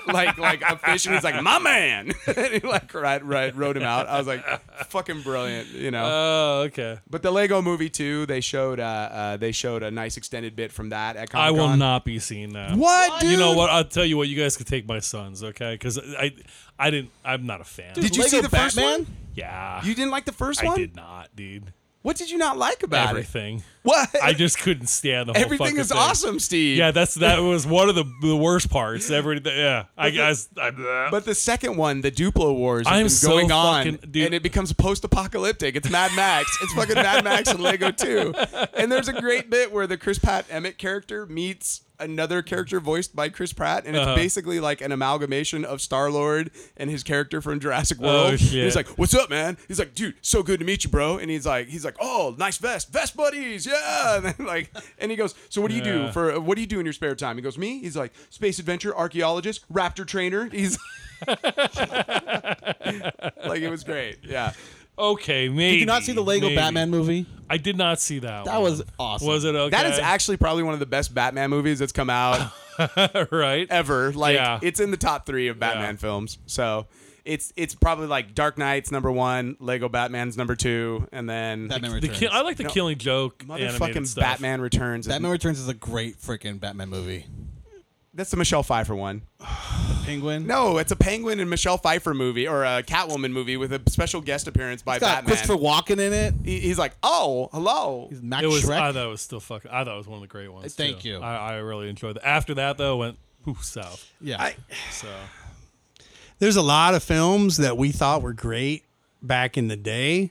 [SPEAKER 2] like, like a fish, and he's like, my man, and he like right, right, rode him out. I was like, fucking brilliant, you know.
[SPEAKER 5] Oh, okay.
[SPEAKER 2] but the Lego Movie too, they showed, uh, uh, they showed a nice extended bit from that at Comic
[SPEAKER 5] I will not be seeing that.
[SPEAKER 2] What, dude?
[SPEAKER 5] You know what? I'll tell you what. You guys could take my sons, okay? Because I, I didn't. I'm not a fan.
[SPEAKER 2] Did you
[SPEAKER 3] Lego
[SPEAKER 2] see the first
[SPEAKER 3] Batman?
[SPEAKER 2] one?
[SPEAKER 5] yeah,
[SPEAKER 2] You didn't like the first
[SPEAKER 5] I
[SPEAKER 2] one?
[SPEAKER 5] did not, dude.
[SPEAKER 2] What did you not like about it?
[SPEAKER 5] Everything.
[SPEAKER 2] What?
[SPEAKER 5] I just couldn't stand the whole.
[SPEAKER 2] Everything
[SPEAKER 5] fucking
[SPEAKER 2] is
[SPEAKER 5] thing.
[SPEAKER 2] awesome, Steve.
[SPEAKER 5] Yeah, that's that was one of the, the worst parts. Everything. Yeah, I guess. I,
[SPEAKER 2] But the second one, the Duplo Wars,
[SPEAKER 5] I'm
[SPEAKER 2] has
[SPEAKER 5] so
[SPEAKER 2] been going on,
[SPEAKER 5] fucking- dude.
[SPEAKER 2] and it becomes post-apocalyptic. It's Mad Max. it's fucking Mad Max and Lego 2. And there's a great bit where the Chris Pratt Emmett character meets another character voiced by Chris Pratt, and it's
[SPEAKER 5] Uh-huh.
[SPEAKER 2] basically like an amalgamation of Star Lord and his character from Jurassic World. And
[SPEAKER 5] Oh, shit.
[SPEAKER 2] He's like, "What's up, man?" He's like, "Dude, so good to meet you, bro." And he's like, "He's like, oh, nice vest, vest buddies, yeah." And then like, and he goes, "So what do you
[SPEAKER 5] Yeah.
[SPEAKER 2] do for what do you do in your spare time?" He goes, "Me." He's like, "Space adventure, archaeologist, raptor trainer." He's like it was great. Yeah.
[SPEAKER 5] okay, maybe.
[SPEAKER 3] Did you not see the Lego
[SPEAKER 5] maybe.
[SPEAKER 3] Batman movie?
[SPEAKER 5] I did not see that.
[SPEAKER 3] That
[SPEAKER 5] one.
[SPEAKER 3] was awesome.
[SPEAKER 5] Was it okay?
[SPEAKER 2] That is actually probably one of the best Batman movies that's come out
[SPEAKER 5] right.
[SPEAKER 2] ever. Like
[SPEAKER 5] Yeah.
[SPEAKER 2] it's in the top 3 of Batman
[SPEAKER 5] Yeah.
[SPEAKER 2] films. So it's it's probably like Dark Knight's number 1, Lego Batman's number 2, and then
[SPEAKER 3] Batman
[SPEAKER 5] The
[SPEAKER 3] Returns.
[SPEAKER 5] ki- I like the Killing Joke animated
[SPEAKER 2] motherfucking
[SPEAKER 5] stuff.
[SPEAKER 2] Batman Returns. is-
[SPEAKER 3] Batman Returns is a great freaking Batman movie.
[SPEAKER 2] that's the Michelle Pfeiffer one.
[SPEAKER 3] Penguin.
[SPEAKER 2] No, it's a Penguin and Michelle Pfeiffer movie or a Catwoman movie with a special guest appearance by
[SPEAKER 3] it's got
[SPEAKER 2] Batman.
[SPEAKER 3] Christopher Walken in it.
[SPEAKER 2] He- he's like, "Oh, hello."
[SPEAKER 3] He's Max
[SPEAKER 5] It was.
[SPEAKER 3] Shrek.
[SPEAKER 5] I thought it was still fucking. I thought it was one of the great ones.
[SPEAKER 3] Uh, Thank
[SPEAKER 5] too.
[SPEAKER 3] you.
[SPEAKER 5] I, I really enjoyed that. After that though, it went poof south.
[SPEAKER 3] yeah.
[SPEAKER 2] I-
[SPEAKER 5] So
[SPEAKER 4] There's a lot of films that we thought were great back in the day,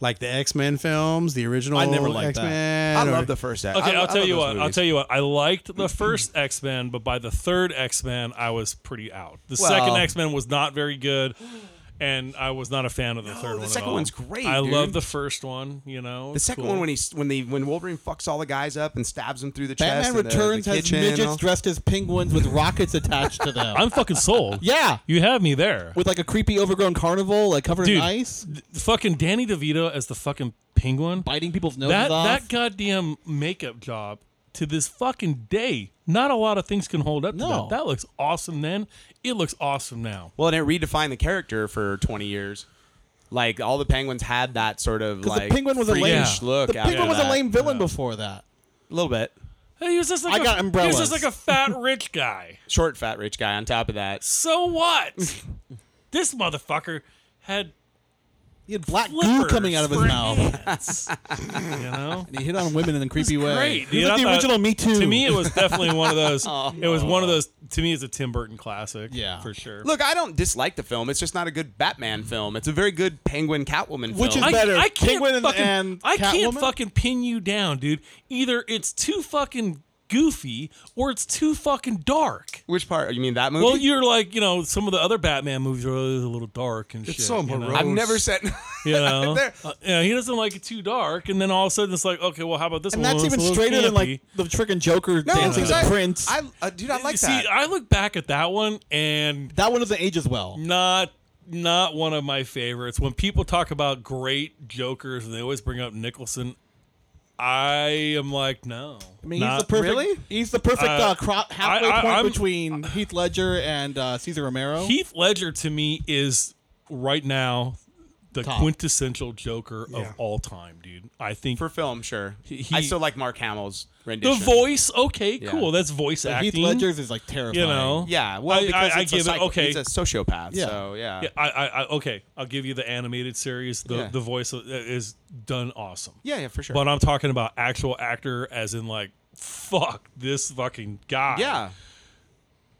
[SPEAKER 4] like the X Men films, the original
[SPEAKER 3] I never liked that.
[SPEAKER 4] X-Men.
[SPEAKER 2] I
[SPEAKER 4] or-
[SPEAKER 2] love the first act.
[SPEAKER 5] okay,
[SPEAKER 2] I,
[SPEAKER 5] I, will tell you what. I'll tell
[SPEAKER 2] you.
[SPEAKER 5] you what. I liked the first X Men, but by the third X Men, I was pretty out. The
[SPEAKER 2] Well-
[SPEAKER 5] second X Men was not very good. And I was not a fan of the third
[SPEAKER 2] the
[SPEAKER 5] one. at
[SPEAKER 2] second
[SPEAKER 5] all.
[SPEAKER 2] one's great,
[SPEAKER 5] I
[SPEAKER 2] dude.
[SPEAKER 5] love the first one. You know,
[SPEAKER 2] The second one when he when the when Wolverine fucks all the guys up and stabs them through the chest. and
[SPEAKER 3] Batman
[SPEAKER 2] the- the
[SPEAKER 3] Returns has
[SPEAKER 2] kitchen and
[SPEAKER 3] midgets
[SPEAKER 2] all.
[SPEAKER 3] dressed as penguins with rockets attached to them.
[SPEAKER 5] I'm fucking sold.
[SPEAKER 3] yeah.
[SPEAKER 5] you have me there.
[SPEAKER 3] With like a creepy overgrown carnival, like covered
[SPEAKER 5] Dude.
[SPEAKER 3] in ice,
[SPEAKER 5] Th- fucking Danny DeVito as the fucking penguin.
[SPEAKER 3] biting people's noses
[SPEAKER 5] that
[SPEAKER 3] off.
[SPEAKER 5] that goddamn makeup job to this fucking day. Not a lot of things can hold up to
[SPEAKER 3] No.
[SPEAKER 5] that. That looks awesome then. It looks awesome now.
[SPEAKER 2] Well, and it redefined the character for 20 years. Like all the Penguins had that sort of
[SPEAKER 3] 'Cause
[SPEAKER 2] like
[SPEAKER 3] the penguin was a lame
[SPEAKER 2] freakish
[SPEAKER 5] Yeah.
[SPEAKER 2] look.
[SPEAKER 3] The
[SPEAKER 2] after
[SPEAKER 3] penguin was a
[SPEAKER 2] that.
[SPEAKER 3] lame villain before that.
[SPEAKER 2] a little bit
[SPEAKER 5] Hey, He was just like
[SPEAKER 3] I
[SPEAKER 5] a-
[SPEAKER 3] got umbrellas.
[SPEAKER 5] He was just like a fat rich guy.
[SPEAKER 2] short, fat, rich guy. On top of that,
[SPEAKER 5] So what? this motherfucker had
[SPEAKER 3] He had black goo
[SPEAKER 5] flippers
[SPEAKER 3] coming out of his
[SPEAKER 5] for
[SPEAKER 3] mouth.
[SPEAKER 5] hands. you know.
[SPEAKER 3] And he hit on women in a creepy way.
[SPEAKER 5] Great,
[SPEAKER 3] He was
[SPEAKER 5] dude. I
[SPEAKER 3] like the
[SPEAKER 5] thought-
[SPEAKER 3] original Me Too.
[SPEAKER 5] To me, it was definitely one of those. it was one of those. To me, it's a Tim Burton classic.
[SPEAKER 3] Yeah.
[SPEAKER 5] for sure.
[SPEAKER 2] look, I don't dislike the film. It's just not a good Batman film. It's a very good Penguin Catwoman
[SPEAKER 3] Which
[SPEAKER 2] film.
[SPEAKER 3] is-
[SPEAKER 5] I,
[SPEAKER 3] better,
[SPEAKER 5] I can't
[SPEAKER 3] Penguin and-
[SPEAKER 5] fucking,
[SPEAKER 3] and
[SPEAKER 5] I can't
[SPEAKER 3] Catwoman?
[SPEAKER 5] fucking pin you down, dude. Either it's too fucking goofy or it's too fucking dark.
[SPEAKER 2] Which part? You mean that movie?
[SPEAKER 5] Well, you're like, you know, some of the other Batman movies are a little dark and shit.
[SPEAKER 4] so
[SPEAKER 5] you know?
[SPEAKER 4] morose.
[SPEAKER 2] I've never said.
[SPEAKER 5] You know,
[SPEAKER 2] There-
[SPEAKER 5] Uh, yeah, he doesn't like it too dark, and then all of a sudden it's like, okay, well, how about this
[SPEAKER 3] And
[SPEAKER 5] one?
[SPEAKER 3] that's
[SPEAKER 5] It's a
[SPEAKER 3] even
[SPEAKER 5] little
[SPEAKER 3] straighter than
[SPEAKER 5] campy.
[SPEAKER 3] like the frickin' Joker dancing
[SPEAKER 2] because
[SPEAKER 3] the
[SPEAKER 2] I-
[SPEAKER 3] prince.
[SPEAKER 2] I, uh, dude, I like
[SPEAKER 5] See,
[SPEAKER 2] that.
[SPEAKER 5] I look back at that one and
[SPEAKER 3] that one doesn't age as well.
[SPEAKER 5] not not one of my favorites. When people talk about great Jokers, and they always bring up Nicholson. I am like, no.
[SPEAKER 3] I mean,
[SPEAKER 5] Not-
[SPEAKER 3] he's the perfect.
[SPEAKER 2] really?
[SPEAKER 3] He's the perfect
[SPEAKER 5] Uh,
[SPEAKER 3] uh, cro- halfway
[SPEAKER 5] I- I-
[SPEAKER 3] point
[SPEAKER 5] I'm-
[SPEAKER 3] between Heath Ledger and uh, Caesar Romero.
[SPEAKER 5] Heath Ledger to me is right now the
[SPEAKER 3] Top.
[SPEAKER 5] quintessential Joker
[SPEAKER 4] Yeah.
[SPEAKER 5] of all time, dude. I think
[SPEAKER 2] for film, sure.
[SPEAKER 5] he-
[SPEAKER 2] I still like Mark Hamill's
[SPEAKER 5] the
[SPEAKER 2] rendition.
[SPEAKER 5] voice, okay, cool. That's voice
[SPEAKER 3] But
[SPEAKER 5] acting.
[SPEAKER 3] Heath Ledger's is like terrifying.
[SPEAKER 5] you know,
[SPEAKER 2] Yeah, well,
[SPEAKER 5] I-
[SPEAKER 2] because
[SPEAKER 5] I- I
[SPEAKER 2] it's
[SPEAKER 5] give
[SPEAKER 2] a
[SPEAKER 5] it-
[SPEAKER 2] psych-
[SPEAKER 5] okay.
[SPEAKER 2] He's a sociopath.
[SPEAKER 3] Yeah.
[SPEAKER 2] So yeah.
[SPEAKER 5] Yeah, I, I, I okay. I'll give you the animated series. The
[SPEAKER 2] Yeah.
[SPEAKER 5] the voice i- is done awesome.
[SPEAKER 2] Yeah, yeah, for sure.
[SPEAKER 5] But I'm talking about actual actor, as in like, fuck this fucking guy.
[SPEAKER 2] yeah.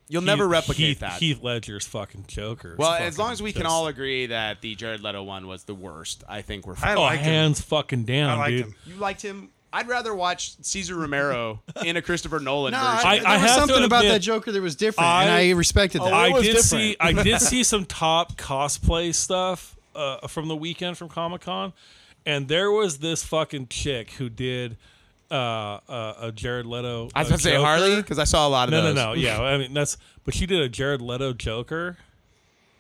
[SPEAKER 2] You'll
[SPEAKER 5] Heath-
[SPEAKER 2] never replicate
[SPEAKER 5] Heath,
[SPEAKER 2] that.
[SPEAKER 5] Heath Ledger's fucking Joker. is
[SPEAKER 2] well,
[SPEAKER 5] fucking
[SPEAKER 2] as long as we can
[SPEAKER 5] just-
[SPEAKER 2] all agree that the Jared Leto one was the worst, I think we're
[SPEAKER 4] I
[SPEAKER 2] fine.
[SPEAKER 5] oh,
[SPEAKER 4] liked him.
[SPEAKER 5] hands fucking down,
[SPEAKER 4] I liked
[SPEAKER 5] dude.
[SPEAKER 4] him.
[SPEAKER 2] you liked him. I'd rather watch Caesar Romero in a Christopher Nolan
[SPEAKER 4] No,
[SPEAKER 2] version.
[SPEAKER 4] I,
[SPEAKER 5] I-
[SPEAKER 4] there
[SPEAKER 5] I
[SPEAKER 4] was
[SPEAKER 5] have to
[SPEAKER 4] something about
[SPEAKER 5] admit-
[SPEAKER 4] that Joker that was different, and
[SPEAKER 5] I-
[SPEAKER 4] I respected that.
[SPEAKER 5] I
[SPEAKER 3] was
[SPEAKER 5] did
[SPEAKER 3] different.
[SPEAKER 5] see I did see some top cosplay stuff uh, from the weekend from Comic Con, and there was this fucking chick who did uh, uh, a Jared Leto.
[SPEAKER 2] I was
[SPEAKER 5] uh,
[SPEAKER 2] about to say
[SPEAKER 5] Joker.
[SPEAKER 2] Harley because I saw a lot of
[SPEAKER 5] No, no,
[SPEAKER 2] those.
[SPEAKER 5] no. Yeah, I mean that's. But she did a Jared Leto Joker.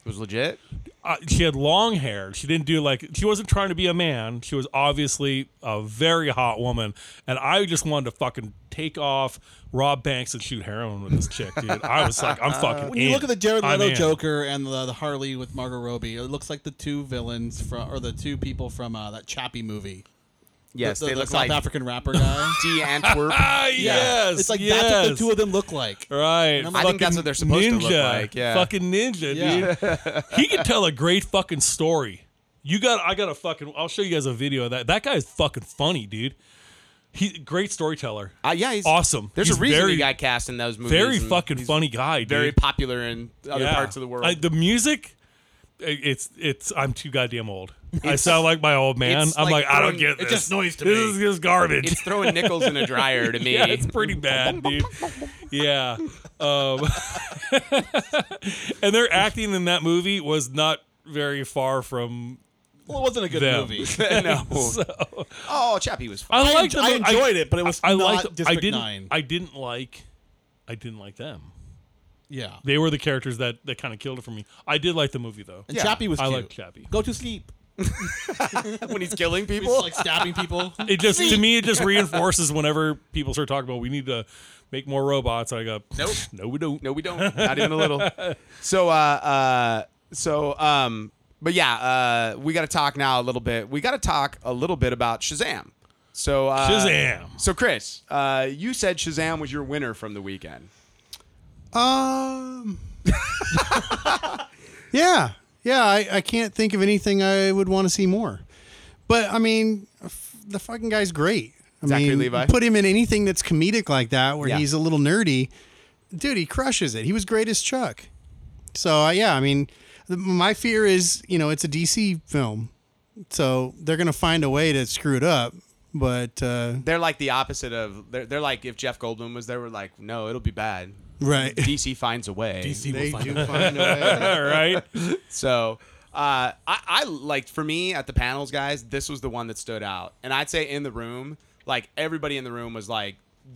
[SPEAKER 2] It was legit.
[SPEAKER 5] Uh, she had long hair. She didn't do like she wasn't trying to be a man. She was obviously a very hot woman, and I just wanted to fucking take off Rob Banks and shoot heroin with this chick, dude. I was like, I'm fucking.
[SPEAKER 3] Uh, When you
[SPEAKER 5] in.
[SPEAKER 3] look at the Jared
[SPEAKER 5] I'm
[SPEAKER 3] Leto
[SPEAKER 5] in.
[SPEAKER 3] Joker and the, the Harley with Margot Robbie, it looks like the two villains from or the two people from uh, that Chappie movie.
[SPEAKER 2] Yes,
[SPEAKER 3] the,
[SPEAKER 2] they
[SPEAKER 3] the
[SPEAKER 2] look
[SPEAKER 3] South
[SPEAKER 2] like
[SPEAKER 3] African rapper guy.
[SPEAKER 2] D Antwerp. Uh,
[SPEAKER 5] Ah, yes,
[SPEAKER 3] it's like
[SPEAKER 5] yes.
[SPEAKER 3] that's what the two of them look like.
[SPEAKER 5] Right.
[SPEAKER 3] I think
[SPEAKER 5] Fucking
[SPEAKER 2] that's what they're supposed to
[SPEAKER 5] ninja.
[SPEAKER 2] look like, yeah.
[SPEAKER 5] Fucking ninja,
[SPEAKER 3] Yeah.
[SPEAKER 5] dude. he can tell a great fucking story. You got I got a fucking I'll show you guys a video of that. That guy is fucking funny, dude. He great storyteller.
[SPEAKER 2] Uh, yeah, he's
[SPEAKER 5] Awesome.
[SPEAKER 2] There's
[SPEAKER 5] He's
[SPEAKER 2] a reason
[SPEAKER 5] very-
[SPEAKER 2] he got cast in those movies.
[SPEAKER 5] Very
[SPEAKER 2] and
[SPEAKER 5] fucking
[SPEAKER 2] he's
[SPEAKER 5] funny guy, dude.
[SPEAKER 2] Very popular in other
[SPEAKER 5] Yeah.
[SPEAKER 2] parts of the world.
[SPEAKER 5] I, the music i- it's it's I'm too goddamn old. I sound like my old man.
[SPEAKER 2] it's
[SPEAKER 5] I'm
[SPEAKER 2] like
[SPEAKER 5] like, I don't
[SPEAKER 2] throwing-
[SPEAKER 5] get
[SPEAKER 2] it's
[SPEAKER 5] this.
[SPEAKER 2] just noise to
[SPEAKER 5] this
[SPEAKER 2] me.
[SPEAKER 5] is just garbage.
[SPEAKER 2] it's throwing nickels in a dryer to me.
[SPEAKER 5] Yeah, it's pretty bad, dude. Yeah. Um, and their acting in that movie was not very far from.
[SPEAKER 3] Well, it wasn't a good
[SPEAKER 5] Them.
[SPEAKER 3] movie.
[SPEAKER 2] no. Oh, Chappie was fun.
[SPEAKER 5] I
[SPEAKER 3] I,
[SPEAKER 5] liked.
[SPEAKER 3] en- I
[SPEAKER 5] the-
[SPEAKER 3] enjoyed it, but it was
[SPEAKER 5] I
[SPEAKER 3] not
[SPEAKER 5] liked.
[SPEAKER 3] District
[SPEAKER 5] I didn't.
[SPEAKER 3] Nine.
[SPEAKER 5] I didn't like. I didn't like them.
[SPEAKER 3] yeah,
[SPEAKER 5] They were the characters that that kind of killed it for me. I did like the movie though.
[SPEAKER 3] and
[SPEAKER 2] Yeah.
[SPEAKER 3] Chappie was
[SPEAKER 5] I
[SPEAKER 3] cute.
[SPEAKER 5] like Chappie.
[SPEAKER 3] Go to sleep.
[SPEAKER 2] when he's killing
[SPEAKER 3] He's
[SPEAKER 2] people.
[SPEAKER 3] like stabbing people.
[SPEAKER 5] It just to me it just reinforces whenever people start talking about we need to make more robots. I go
[SPEAKER 2] Nope.
[SPEAKER 5] No, we don't.
[SPEAKER 2] No, we don't. Not even a little. So, uh, uh, so, um, but yeah, uh, we got to talk now a little bit. We got to talk a little bit about Shazam. So, uh,
[SPEAKER 5] Shazam.
[SPEAKER 2] So, Chris, uh, you said Shazam was your winner from the weekend.
[SPEAKER 4] Um. yeah, yeah. I, I can't think of anything I would want to see more. But I mean, f- the fucking guy's great. I
[SPEAKER 2] Zachary
[SPEAKER 4] mean,
[SPEAKER 2] Levi.
[SPEAKER 4] put him in anything that's comedic like that, where
[SPEAKER 2] Yeah.
[SPEAKER 4] he's a little nerdy. Dude, he crushes it. He was great as Chuck. So uh, yeah, I mean, the, my fear is you know it's a DC film, so they're gonna find a way to screw it up. But uh,
[SPEAKER 2] They're like the opposite of. They're, they're like if Jeff Goldblum was there, we're like, no, it'll be bad.
[SPEAKER 4] right,
[SPEAKER 2] DC finds a way.
[SPEAKER 4] they do find a way.
[SPEAKER 5] All right.
[SPEAKER 2] So uh, I, I liked for me at the panels, guys. This was the one that stood out, and I'd say in the room, like everybody in the room was like,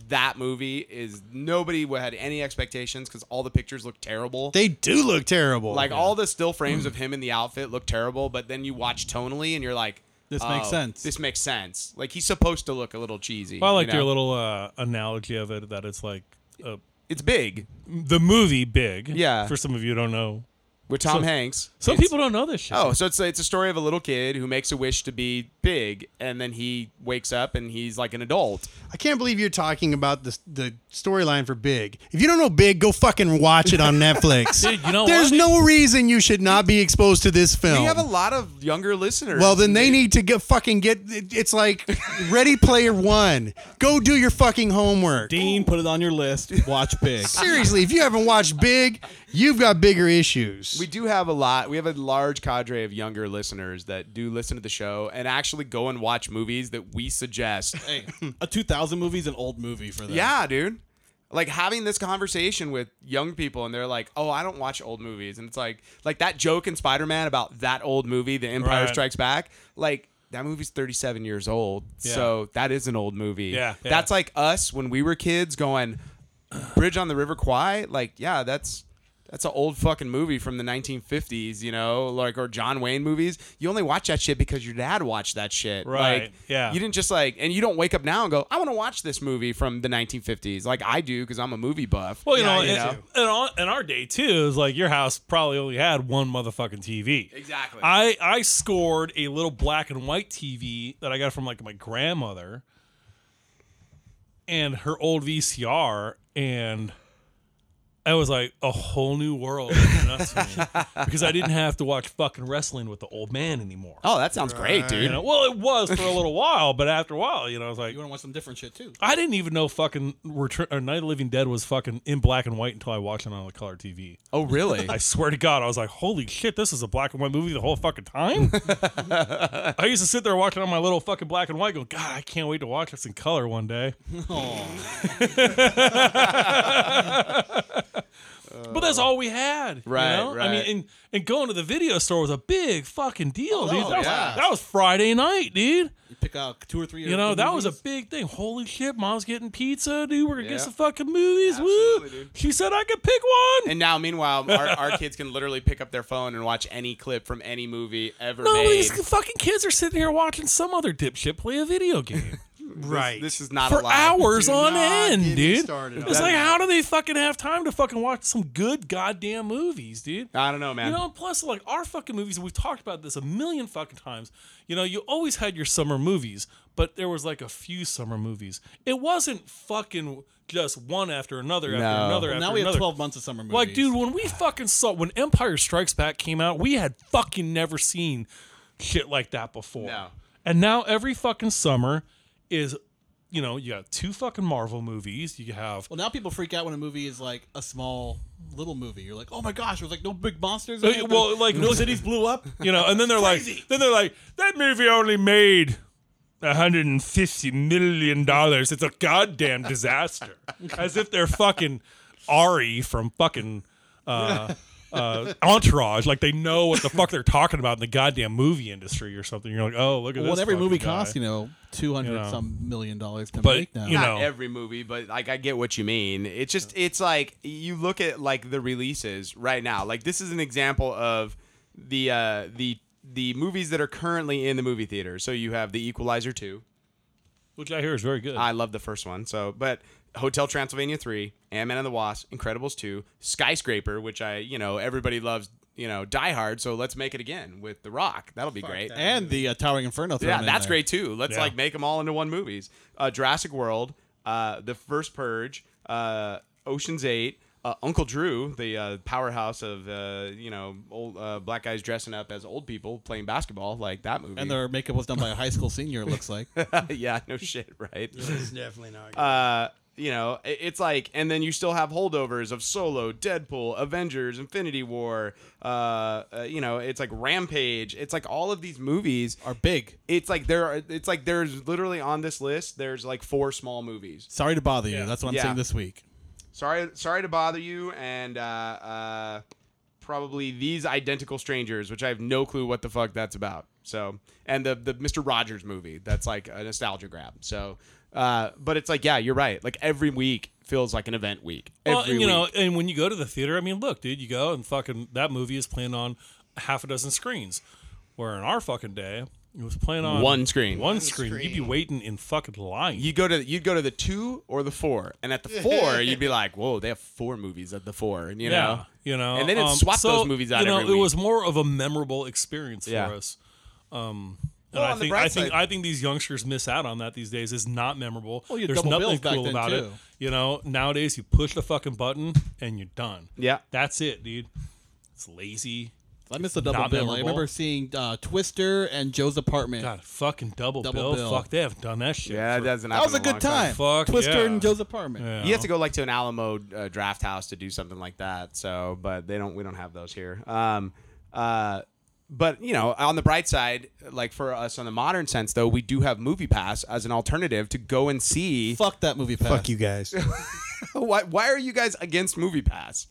[SPEAKER 2] "That movie is nobody had any expectations because all the pictures looked terrible.
[SPEAKER 4] They do look terrible.
[SPEAKER 2] like all the still frames of him in the outfit look terrible, but then you watch tonally and you're like."
[SPEAKER 3] This makes
[SPEAKER 2] "Oh,
[SPEAKER 3] sense."
[SPEAKER 2] This makes sense. Like he's supposed to look a little cheesy.
[SPEAKER 5] Well, I like
[SPEAKER 2] you know?
[SPEAKER 5] your little uh, analogy of it that it's like uh,
[SPEAKER 2] It's big
[SPEAKER 5] the movie Big.
[SPEAKER 2] Yeah.
[SPEAKER 5] For some of you who don't know.
[SPEAKER 2] with Tom
[SPEAKER 5] So-
[SPEAKER 2] Hanks.
[SPEAKER 5] Some
[SPEAKER 2] It's-
[SPEAKER 5] people don't know this shit.
[SPEAKER 2] Oh, so it's a, it's a story of a little kid who makes a wish to be big, and then he wakes up and he's like an adult.
[SPEAKER 4] I can't believe you're talking about the the storyline for Big. If you don't know Big, go fucking watch it on Netflix.
[SPEAKER 5] Dude, you know
[SPEAKER 4] There's
[SPEAKER 5] what?
[SPEAKER 4] no reason you should not be exposed to this film.
[SPEAKER 2] We have a lot of younger listeners.
[SPEAKER 4] well, then they need to get fucking get. it- It's like Ready Player One. Go do your fucking homework.
[SPEAKER 3] Dean, put it on your list. Watch Big.
[SPEAKER 4] Seriously, if you haven't watched Big, you've got bigger issues.
[SPEAKER 2] we do have a lot. We have a large cadre of younger listeners that do listen to the show and actually go and watch movies that we suggest.
[SPEAKER 3] hey, a 2000 movie is an old movie for them.
[SPEAKER 2] yeah, dude. Like having this conversation with young people, and they're like, "Oh, I don't watch old movies," and it's like, like that joke in Spider Man about that old movie, The Empire
[SPEAKER 5] Right.
[SPEAKER 2] Strikes Back. Like that movie's thirty seven years old,
[SPEAKER 5] Yeah.
[SPEAKER 2] so that is an old movie.
[SPEAKER 5] Yeah, yeah.
[SPEAKER 2] that's like us when we were kids going, Bridge on the River Kwai, like yeah, that's that's an old fucking movie from the 1950s, you know, like or John Wayne movies. You only watch that shit because your dad watched that shit.
[SPEAKER 5] Right,
[SPEAKER 2] Like,
[SPEAKER 5] yeah.
[SPEAKER 2] You didn't just like, and you don't wake up now and go, I want to watch this movie from the 1950s, like I do because I'm a movie buff.
[SPEAKER 5] Well, you
[SPEAKER 4] Yeah,
[SPEAKER 5] know,
[SPEAKER 4] you
[SPEAKER 5] and, and on, in our day too, it was like your house probably only had one motherfucking TV.
[SPEAKER 2] Exactly.
[SPEAKER 5] I I scored a little black and white TV that I got from like my grandmother and her old VCR, and I was like a whole new world opened up to me because I didn't have to watch fucking wrestling with the old man anymore.
[SPEAKER 2] oh, that sounds great, dude.
[SPEAKER 5] You know, well, it was for a little while, but after a while, you know, I was like,
[SPEAKER 3] You want to watch some different shit too?
[SPEAKER 5] I didn't even know fucking Return or Night of the Living Dead was fucking in black and white until I watched it on the color TV.
[SPEAKER 2] Oh, really?
[SPEAKER 5] I swear to God, I was like, holy shit, this is a black and white movie the whole fucking time. I used to sit there watching on my little fucking black and white, go, God, I can't wait to watch this in color one day. But that's all we had, you
[SPEAKER 2] Right,
[SPEAKER 5] know? I
[SPEAKER 2] right.
[SPEAKER 5] mean, and, and going to the video store was a big fucking deal, dude. That, was,
[SPEAKER 2] Oh, yeah.
[SPEAKER 5] that was Friday night, dude.
[SPEAKER 3] You pick out two or three.
[SPEAKER 5] You know, that was a
[SPEAKER 3] movies.
[SPEAKER 5] big thing. Holy shit, mom's getting pizza, dude. We're gonna
[SPEAKER 2] Yeah.
[SPEAKER 5] get some fucking movies. Woo!
[SPEAKER 2] Absolutely, dude.
[SPEAKER 5] She said I could pick one.
[SPEAKER 2] and now, meanwhile, our, our kids can literally pick up their phone and watch any clip from any movie ever
[SPEAKER 5] no,
[SPEAKER 2] made.
[SPEAKER 5] these fucking kids are sitting here watching some other dipshit play a video game
[SPEAKER 4] right.
[SPEAKER 2] This is not
[SPEAKER 5] for
[SPEAKER 2] a lie.
[SPEAKER 5] hours
[SPEAKER 4] Do
[SPEAKER 5] on
[SPEAKER 4] not
[SPEAKER 5] end,
[SPEAKER 4] get me
[SPEAKER 5] dude.
[SPEAKER 4] started on
[SPEAKER 5] It's
[SPEAKER 4] that.
[SPEAKER 5] like, how do they fucking have time to fucking watch some good goddamn movies, dude?
[SPEAKER 2] I don't know, man.
[SPEAKER 5] You know, and plus, like our fucking movies, and we've talked about this a million fucking times. You know, you always had your summer movies, but there was like a few summer movies. It wasn't fucking just one after another after
[SPEAKER 2] No.
[SPEAKER 5] another after
[SPEAKER 3] Now we have
[SPEAKER 5] another.
[SPEAKER 3] twelve months of summer movies.
[SPEAKER 5] Like, dude, when we fucking saw when Empire Strikes Back came out, we had fucking never seen shit like that before.
[SPEAKER 2] No.
[SPEAKER 5] And now every fucking summer is, you know, you got two fucking Marvel movies. You have
[SPEAKER 3] Well, now people freak out when a movie is like a small little movie. You're like, oh my gosh, there's like no big monsters. in
[SPEAKER 5] Uh,
[SPEAKER 3] it.
[SPEAKER 5] well, like-
[SPEAKER 3] no cities blew up.
[SPEAKER 5] you know, and then they're like, then they're like, that movie only made. 150 million dollars. It's a goddamn disaster. As if they're fucking Ari from fucking uh, uh, Entourage. Like they know what the fuck they're talking about in the goddamn movie industry or something. You're like, oh, look at
[SPEAKER 3] Well,
[SPEAKER 5] this.
[SPEAKER 3] every
[SPEAKER 5] fucking
[SPEAKER 3] movie
[SPEAKER 5] guy.
[SPEAKER 3] costs you know two hundred
[SPEAKER 5] You know.
[SPEAKER 3] some million dollars to
[SPEAKER 5] But,
[SPEAKER 3] make now.
[SPEAKER 5] you know-
[SPEAKER 2] not every movie, but like I get what you mean. It's just it's like you look at like the releases right now. Like this is an example of the uh the the movies that are currently in the movie theater. So you have The Equalizer 2.
[SPEAKER 5] which I hear is very good.
[SPEAKER 2] I love the first one. So, but Hotel Transylvania 3, Ant-Man and the Wasp, Incredibles 2, Skyscraper, which I, you know, everybody loves, you know, Die Hard, so let's make it again with The Rock. That'll be great.
[SPEAKER 3] and the uh, Towering Inferno. thrown
[SPEAKER 2] Yeah,
[SPEAKER 3] in
[SPEAKER 2] that's
[SPEAKER 3] there.
[SPEAKER 2] great too. Let's
[SPEAKER 5] Yeah.
[SPEAKER 2] like make them all into one movies. Uh, Jurassic World, uh, The First Purge, uh, Ocean's Eight, uh, Uncle Drew, the uh, powerhouse of uh, you know old uh, black guys dressing up as old people playing basketball, like that movie.
[SPEAKER 3] And their makeup was done by a high school senior. It looks like.
[SPEAKER 2] yeah, no shit, right?
[SPEAKER 4] It's definitely not. good.
[SPEAKER 2] Uh, you know, it- it's like, and then you still have holdovers of Solo, Deadpool, Avengers, Infinity War. Uh, uh, you know, it's like Rampage. It's like all of these movies
[SPEAKER 3] Are big.
[SPEAKER 2] it's like there are it's like there's literally on this list there's like four small movies
[SPEAKER 3] Sorry to bother you. That's what I'm
[SPEAKER 2] Yeah.
[SPEAKER 3] saying this week.
[SPEAKER 2] sorry sorry to bother you and uh uh probably these identical strangers which i have no clue what the fuck that's about so and the the mr rogers movie that's like a nostalgia grab so uh but it's like yeah you're right like every week feels like an event week
[SPEAKER 5] well,
[SPEAKER 2] every
[SPEAKER 5] and, you
[SPEAKER 2] week.
[SPEAKER 5] know, and when you go to the theater, I mean, look, dude, you go and fucking that movie is playing on half a dozen screens, where in our fucking day it was playing on
[SPEAKER 2] One screen.
[SPEAKER 5] um, One screen. You'd be waiting in fucking line.
[SPEAKER 2] you go to you'd go to the two or the four, and at the four you'd be like, "Whoa, they have four movies at the four, you
[SPEAKER 5] yeah,
[SPEAKER 2] know."
[SPEAKER 5] you know,
[SPEAKER 2] and they didn't
[SPEAKER 5] um,
[SPEAKER 2] swap
[SPEAKER 5] so,
[SPEAKER 2] those movies out.
[SPEAKER 5] You know,
[SPEAKER 2] every
[SPEAKER 5] it
[SPEAKER 2] week.
[SPEAKER 5] was more of a memorable experience
[SPEAKER 2] Yeah.
[SPEAKER 5] for us. Um,
[SPEAKER 2] Well,
[SPEAKER 5] and I
[SPEAKER 2] on the
[SPEAKER 5] think
[SPEAKER 2] bright
[SPEAKER 5] I think
[SPEAKER 2] side-
[SPEAKER 5] I think these youngsters miss out on that these days. Is not memorable.
[SPEAKER 3] Well, you had
[SPEAKER 5] There's
[SPEAKER 3] double
[SPEAKER 5] nothing
[SPEAKER 3] bills back
[SPEAKER 5] cool
[SPEAKER 3] then,
[SPEAKER 5] about it.
[SPEAKER 3] too.
[SPEAKER 5] You know, nowadays you push the fucking button and you're done.
[SPEAKER 2] Yeah.
[SPEAKER 5] that's it, dude. It's lazy.
[SPEAKER 3] I missed a double
[SPEAKER 5] Not
[SPEAKER 3] bill. I
[SPEAKER 5] memorable.
[SPEAKER 3] remember seeing uh, Twister and Joe's Apartment.
[SPEAKER 5] God, fucking double,
[SPEAKER 3] Double
[SPEAKER 5] bill.
[SPEAKER 3] bill.
[SPEAKER 5] Fuck, they haven't done that shit.
[SPEAKER 2] Yeah,
[SPEAKER 5] for-
[SPEAKER 2] that doesn't.
[SPEAKER 3] That was a good time.
[SPEAKER 5] Fuck,
[SPEAKER 3] Twister
[SPEAKER 5] yeah.
[SPEAKER 3] and Joe's Apartment.
[SPEAKER 5] Yeah.
[SPEAKER 2] You have to go like to an Alamo uh, draft house to do something like that. So, but they don't. We don't have those here. Um, uh, but you know, on the bright side, like for us on the modern sense, though, we do have Movie Pass as an alternative to go and see.
[SPEAKER 3] Fuck that movie pass.
[SPEAKER 4] Fuck you guys.
[SPEAKER 2] why, why are you guys against Movie Pass?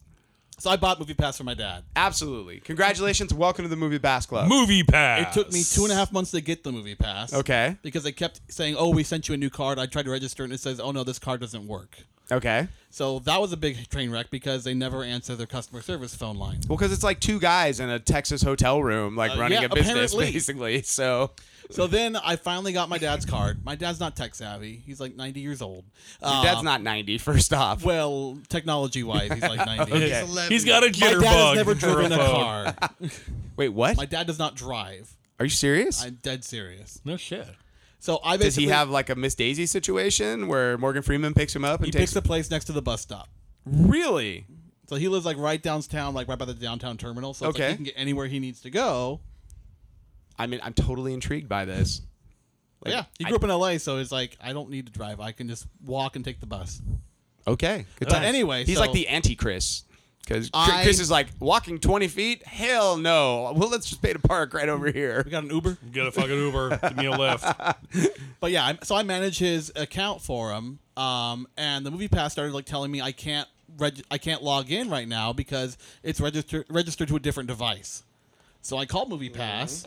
[SPEAKER 3] So I bought Movie Pass for my dad.
[SPEAKER 2] Absolutely. Congratulations. Welcome to the Movie Pass Club.
[SPEAKER 5] Movie pass.
[SPEAKER 3] It took me two and a half months to get the Movie Pass.
[SPEAKER 2] Okay.
[SPEAKER 3] Because they kept saying, "Oh, we sent you a new card." I tried to register, and it says, "Oh no, this card doesn't work."
[SPEAKER 2] Okay.
[SPEAKER 3] So that was a big train wreck because they never answer their customer service phone line.
[SPEAKER 2] Well, because it's like two guys in a Texas hotel room, like
[SPEAKER 3] Uh,
[SPEAKER 2] running
[SPEAKER 3] yeah,
[SPEAKER 2] a business,
[SPEAKER 3] apparently.
[SPEAKER 2] basically. So,
[SPEAKER 3] So then I finally got my dad's card. My dad's not tech savvy. He's like 90 years old. Uh,
[SPEAKER 2] that's not 90, first off.
[SPEAKER 3] well, technology wise, he's like 90.
[SPEAKER 2] Okay.
[SPEAKER 5] He's got a
[SPEAKER 3] My
[SPEAKER 5] jitterbug.
[SPEAKER 3] dad has never
[SPEAKER 5] for a
[SPEAKER 3] driven a
[SPEAKER 5] phone.
[SPEAKER 3] car.
[SPEAKER 2] Wait, what?
[SPEAKER 3] My dad does not drive.
[SPEAKER 2] Are you serious?
[SPEAKER 3] I'm dead serious.
[SPEAKER 5] No shit.
[SPEAKER 3] So I basically
[SPEAKER 2] Does he have like a Miss Daisy situation where Morgan Freeman picks him up and
[SPEAKER 3] he
[SPEAKER 2] takes
[SPEAKER 3] picks a place next to the bus stop.
[SPEAKER 2] Really?
[SPEAKER 3] So he lives like right downtown, like right by the downtown terminal. So it's like
[SPEAKER 2] Okay.
[SPEAKER 3] he can get anywhere he needs to go.
[SPEAKER 2] I mean, I'm totally intrigued by this. Like,
[SPEAKER 3] yeah, he
[SPEAKER 2] I-
[SPEAKER 3] grew up in LA, so it's like I don't need to drive. I can just walk and take the bus.
[SPEAKER 2] Okay. Good
[SPEAKER 3] But
[SPEAKER 2] times.
[SPEAKER 3] anyway,
[SPEAKER 2] he's
[SPEAKER 3] so-
[SPEAKER 2] like the anti Chris. Because
[SPEAKER 3] I-
[SPEAKER 2] Chris is like walking 20 feet. Hell no. Well, let's just pay to park right over here.
[SPEAKER 3] We got an Uber.
[SPEAKER 5] Get a fucking Uber. Give me a lift.
[SPEAKER 3] But yeah, I, so I manage his account for him, um, and the movie pass started like telling me I can't reg- I can't log in right now because it's registered registered to a different device. So I called movie pass,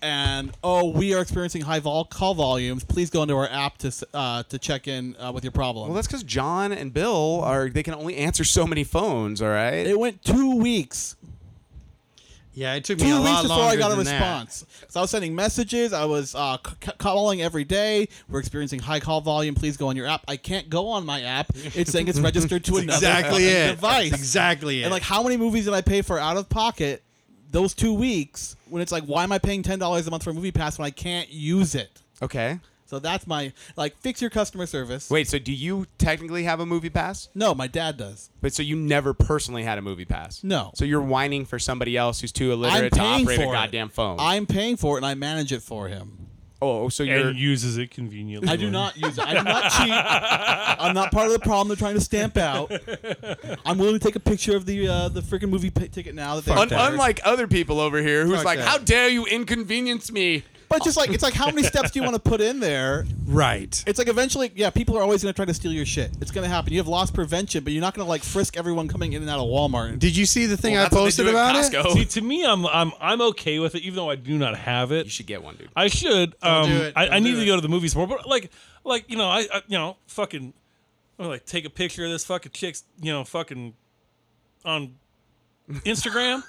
[SPEAKER 3] and oh, we are experiencing high vol- call volumes. Please go into our app to s- uh, to check in uh, with your problem.
[SPEAKER 2] Well, that's because John and Bill are, they can only answer so many phones, all right?
[SPEAKER 3] it went two weeks
[SPEAKER 4] Yeah, it took me
[SPEAKER 3] two
[SPEAKER 4] a
[SPEAKER 3] weeks
[SPEAKER 4] lot
[SPEAKER 3] before
[SPEAKER 4] longer
[SPEAKER 3] I got a
[SPEAKER 4] than that.
[SPEAKER 3] response. So I was sending messages. I was uh, c- c- calling every day. We're experiencing high call volume. Please go on your app. I can't go on my app. It's saying it's registered to another
[SPEAKER 4] Exactly
[SPEAKER 3] fucking
[SPEAKER 4] it.
[SPEAKER 3] device.
[SPEAKER 4] Exactly it.
[SPEAKER 3] And like, how many movies did I pay for out of pocket those two weeks? When it's like, why am I paying ten dollars a month for a movie pass when I can't use it?
[SPEAKER 2] okay.
[SPEAKER 3] So that's my like, fix your customer service.
[SPEAKER 2] Wait, so do you technically have a movie pass?
[SPEAKER 3] No, my dad does.
[SPEAKER 2] But so you never personally had a movie pass?
[SPEAKER 3] No.
[SPEAKER 2] So you're whining for somebody else who's too
[SPEAKER 3] I'm
[SPEAKER 2] illiterate to
[SPEAKER 3] paying
[SPEAKER 2] operate a
[SPEAKER 3] for
[SPEAKER 2] goddamn
[SPEAKER 3] it.
[SPEAKER 2] phone.
[SPEAKER 3] I'm paying for it and I manage it for him.
[SPEAKER 2] oh, so you're.
[SPEAKER 5] and uses it conveniently.
[SPEAKER 3] I do not use it. I do not cheat. I'm not part of the problem they're trying to stamp out. I'm willing to take a picture of the uh, the freaking movie pi ticket now. That they
[SPEAKER 2] Un- unlike other people over here who's
[SPEAKER 4] Fuck
[SPEAKER 2] like,
[SPEAKER 4] that.
[SPEAKER 2] how dare you inconvenience me?
[SPEAKER 3] but just like it's like how many steps do you want to put in there?
[SPEAKER 4] Right.
[SPEAKER 3] It's like eventually, yeah, people are always going to try to steal your shit. It's going to happen. You have loss prevention, but you're not going to like frisk everyone coming in and out of Walmart.
[SPEAKER 4] Did you see the thing
[SPEAKER 2] Well,
[SPEAKER 4] I
[SPEAKER 2] that's what they
[SPEAKER 4] posted
[SPEAKER 2] do at
[SPEAKER 4] about it?
[SPEAKER 2] Costco.
[SPEAKER 5] See, to me, I'm I'm I'm okay with it, even though I do not have it.
[SPEAKER 2] You should get one, dude.
[SPEAKER 5] I should. Um,
[SPEAKER 4] do it.
[SPEAKER 5] I, I
[SPEAKER 4] Don't
[SPEAKER 5] need
[SPEAKER 4] do
[SPEAKER 5] to
[SPEAKER 4] it.
[SPEAKER 5] go to the movies more, but like, like you know, I, I you know, fucking, I'm gonna, like take a picture of this fucking chick's, you know, fucking on Instagram,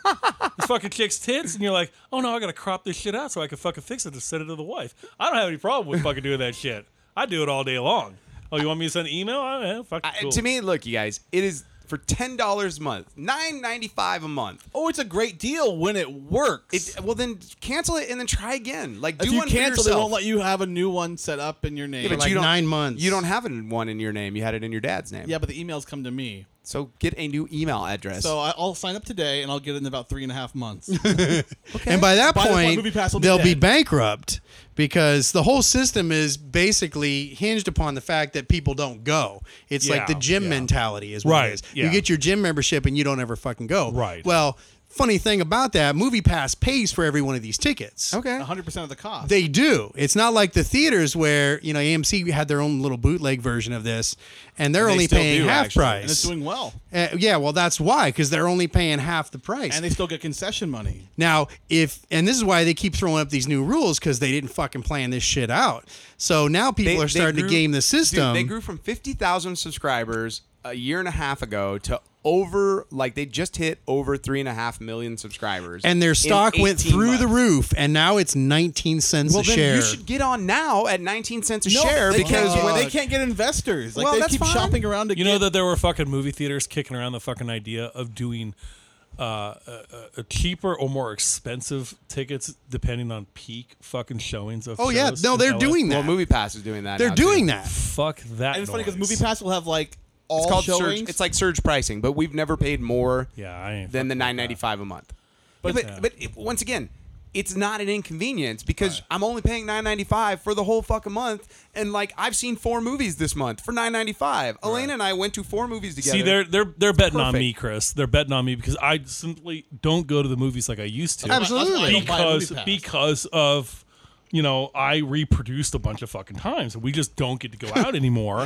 [SPEAKER 5] this fucking chick's tits, and you're like, oh no, I gotta crop this shit out so I can fucking fix it to send it to the wife. I don't have any problem with fucking doing that shit. I do it all day long. Oh, you want me to send an email? I don't know. Fucking
[SPEAKER 2] I-
[SPEAKER 5] cool.
[SPEAKER 2] To me, look, you guys, it is for ten dollars a month, nine ninety five a month.
[SPEAKER 3] Oh, it's a great deal when it works.
[SPEAKER 2] It, well, then cancel it and then try again. Like, do
[SPEAKER 3] if you
[SPEAKER 2] one
[SPEAKER 3] cancel,
[SPEAKER 2] for
[SPEAKER 3] they
[SPEAKER 2] yourself.
[SPEAKER 3] won't let you have a new one set up in your name.
[SPEAKER 2] Yeah,
[SPEAKER 3] Yeah,
[SPEAKER 2] but
[SPEAKER 4] like
[SPEAKER 2] you don't-
[SPEAKER 4] nine months.
[SPEAKER 2] You don't have it in one in your name. You had it in your dad's name.
[SPEAKER 3] but the emails come to me.
[SPEAKER 2] So get a new email address.
[SPEAKER 3] So I, I'll sign up today, and I'll get it in about three and a half months.
[SPEAKER 4] And by that
[SPEAKER 3] By the point,
[SPEAKER 4] point,
[SPEAKER 3] Movie Pass will be
[SPEAKER 4] they'll be
[SPEAKER 3] dead.
[SPEAKER 4] bankrupt because the whole system is basically hinged upon the fact that people don't go. It's like the
[SPEAKER 5] Yeah,
[SPEAKER 4] gym
[SPEAKER 5] yeah.
[SPEAKER 4] mentality is what
[SPEAKER 5] Right,
[SPEAKER 4] it is.
[SPEAKER 5] yeah.
[SPEAKER 4] You get your gym membership and you don't ever fucking go.
[SPEAKER 5] Right.
[SPEAKER 4] Well, funny thing about that, Movie Pass pays for every one of these tickets. Uh-huh.
[SPEAKER 2] okay.
[SPEAKER 3] 100% of the cost.
[SPEAKER 4] They do. It's not like the theaters where you know AMC had their own little bootleg version of this, and they're
[SPEAKER 2] they
[SPEAKER 4] only
[SPEAKER 2] still
[SPEAKER 4] paying
[SPEAKER 2] do,
[SPEAKER 4] half
[SPEAKER 2] actually.
[SPEAKER 4] price.
[SPEAKER 3] and it's doing well.
[SPEAKER 4] Uh, yeah, well, that's why, because they're only paying half the price.
[SPEAKER 3] And they still get concession money.
[SPEAKER 4] now, if and this is why they keep throwing up these new rules because they didn't fucking plan this shit out. So now people are starting
[SPEAKER 2] grew-
[SPEAKER 4] to game the
[SPEAKER 2] dude,
[SPEAKER 4] system.
[SPEAKER 2] they grew from fifty thousand subscribers a year and a half ago to over like they just hit over three and a half million subscribers,
[SPEAKER 4] and their
[SPEAKER 2] in
[SPEAKER 4] stock went
[SPEAKER 2] 18
[SPEAKER 4] through the
[SPEAKER 2] months.
[SPEAKER 4] roof, and now it's 19 cents
[SPEAKER 2] Well,
[SPEAKER 4] a
[SPEAKER 2] then
[SPEAKER 4] share.
[SPEAKER 2] you should get on now at nineteen cents a
[SPEAKER 3] No,
[SPEAKER 2] share
[SPEAKER 3] they
[SPEAKER 2] because
[SPEAKER 3] can't,
[SPEAKER 2] when
[SPEAKER 3] they can't get investors. Like
[SPEAKER 2] Well,
[SPEAKER 3] they
[SPEAKER 2] that's
[SPEAKER 3] keep
[SPEAKER 2] fine.
[SPEAKER 3] shopping around to
[SPEAKER 5] You
[SPEAKER 3] get,
[SPEAKER 5] know that there were fucking movie theaters kicking around the fucking idea of doing uh, a, a- a cheaper or more expensive tickets depending on peak fucking showings of.
[SPEAKER 4] oh yeah,
[SPEAKER 5] shows
[SPEAKER 4] no,
[SPEAKER 5] in
[SPEAKER 4] they're
[SPEAKER 5] LA.
[SPEAKER 4] doing
[SPEAKER 2] well,
[SPEAKER 4] that.
[SPEAKER 2] MoviePass is doing that.
[SPEAKER 4] they're
[SPEAKER 2] now, too.
[SPEAKER 4] doing that.
[SPEAKER 5] Fuck that.
[SPEAKER 3] and it's funny
[SPEAKER 5] noise.
[SPEAKER 3] because Movie Pass will have like all
[SPEAKER 2] It's called
[SPEAKER 3] showings.
[SPEAKER 2] surge. It's like surge pricing, but we've never paid more
[SPEAKER 5] Yeah, I ain't
[SPEAKER 2] than the
[SPEAKER 5] fucking
[SPEAKER 2] nine ninety five a month. But
[SPEAKER 5] Yeah.
[SPEAKER 2] but, but it- once again, it's not an inconvenience because I'm only paying nine ninety five for the whole fucking month, and like I've seen four movies this month for nine ninety five. Elena and I went to four movies together.
[SPEAKER 5] See, they're they're they're betting on
[SPEAKER 2] perfect.
[SPEAKER 5] me, Chris. They're betting on me because I simply don't go to the movies like I used to.
[SPEAKER 4] Absolutely.
[SPEAKER 3] That's why I don't buy a
[SPEAKER 5] because
[SPEAKER 3] Movie Pass.
[SPEAKER 5] because of you know, I reproduced a bunch of fucking times, and we just don't get to go out anymore.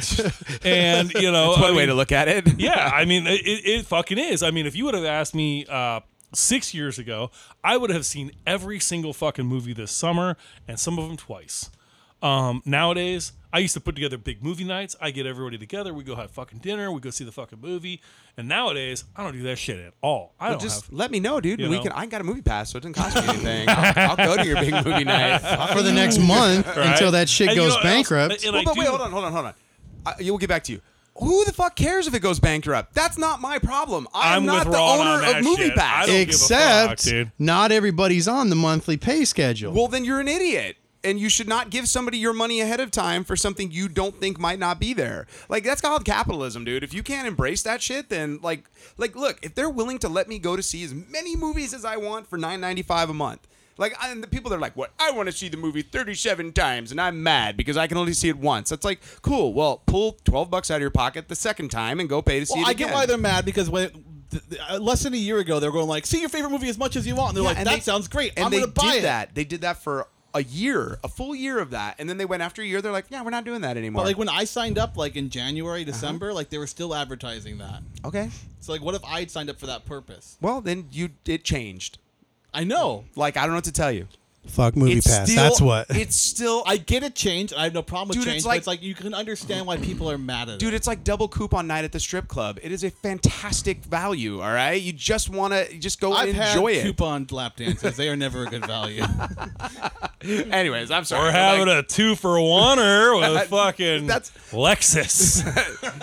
[SPEAKER 5] and you know,
[SPEAKER 2] That's
[SPEAKER 5] I
[SPEAKER 2] one way
[SPEAKER 5] mean-
[SPEAKER 2] to look at it.
[SPEAKER 5] yeah, I mean, it, it it fucking is. I mean, if you would have asked me uh, six years ago, I would have seen every single fucking movie this summer and some of them twice. Um, nowadays, I used to put together big movie nights. I get everybody together. We go have fucking dinner. We go see the fucking movie. And nowadays, I don't do that shit at all. I don't
[SPEAKER 2] Just
[SPEAKER 5] have.
[SPEAKER 2] let me know, dude.
[SPEAKER 5] You
[SPEAKER 2] and We
[SPEAKER 5] know.
[SPEAKER 2] can. I got a movie pass, so it doesn't cost me anything. I'll, I'll go to your big movie night.
[SPEAKER 4] for the next month until that shit
[SPEAKER 5] And you
[SPEAKER 4] goes
[SPEAKER 5] know what else?
[SPEAKER 4] bankrupt.
[SPEAKER 5] And I
[SPEAKER 2] well, but
[SPEAKER 5] do-
[SPEAKER 2] wait, hold on, hold on, hold on. I, we'll get back to you. Who the fuck cares if it goes bankrupt? That's not my problem. I'm,
[SPEAKER 5] I'm
[SPEAKER 2] not
[SPEAKER 5] with
[SPEAKER 2] the
[SPEAKER 5] Ron on
[SPEAKER 2] owner
[SPEAKER 5] that
[SPEAKER 2] of movie
[SPEAKER 5] shit. I
[SPEAKER 2] pass.
[SPEAKER 5] don't- give a fuck,
[SPEAKER 4] Except
[SPEAKER 5] dude.
[SPEAKER 4] not everybody's on the monthly pay schedule.
[SPEAKER 2] Well, then you're an idiot. And you should not give somebody your money ahead of time for something you don't think might not be there. Like that's called capitalism, dude. If you can't embrace that shit, then like, like, look, if they're willing to let me go to see as many movies as I want for nine ninety five a month, like, I- and the people that are like, what? I want to see the movie thirty seven times, and I'm mad because I can only see it once. That's like, cool. Well, pull twelve bucks out of your pocket the second time and go pay to see
[SPEAKER 3] Well,
[SPEAKER 2] it.
[SPEAKER 3] I get
[SPEAKER 2] again.
[SPEAKER 3] why they're mad because when th- th- uh, less than a year ago they were going like, see your favorite movie as much as you want, and they're like,
[SPEAKER 2] Yeah, and
[SPEAKER 3] that
[SPEAKER 2] they-
[SPEAKER 3] sounds great,
[SPEAKER 2] And
[SPEAKER 3] I'm
[SPEAKER 2] they
[SPEAKER 3] gonna buy
[SPEAKER 2] did
[SPEAKER 3] it.
[SPEAKER 2] that. They did that for a year, a full year of that, and then they went after a year. They're like, yeah, we're not doing that anymore.
[SPEAKER 3] But like when I signed up, like in
[SPEAKER 2] Uh-huh.
[SPEAKER 3] January, December, like they were still advertising that.
[SPEAKER 2] okay,
[SPEAKER 3] So like, what if I had signed up for that purpose?
[SPEAKER 2] well then you it changed.
[SPEAKER 3] I know.
[SPEAKER 2] Like I don't know what to tell you.
[SPEAKER 4] Fuck movie
[SPEAKER 2] It's
[SPEAKER 4] pass.
[SPEAKER 2] still-
[SPEAKER 4] That's what.
[SPEAKER 2] It's still.
[SPEAKER 3] I get a change, and I have no problem with
[SPEAKER 2] Dude, it's
[SPEAKER 3] change.
[SPEAKER 2] like-
[SPEAKER 3] but it's like you can understand why people are mad at
[SPEAKER 2] Dude,
[SPEAKER 3] it.
[SPEAKER 2] it's like double coupon night at the strip club. It is a fantastic value. All right, you just want to just go
[SPEAKER 3] I've
[SPEAKER 2] and
[SPEAKER 3] had
[SPEAKER 2] enjoy it.
[SPEAKER 3] coupon lap dances; they are never a good value.
[SPEAKER 2] Anyways, I'm sorry.
[SPEAKER 5] We're
[SPEAKER 2] Like,
[SPEAKER 5] having a two for oneer with fucking
[SPEAKER 2] That's-
[SPEAKER 5] Lexus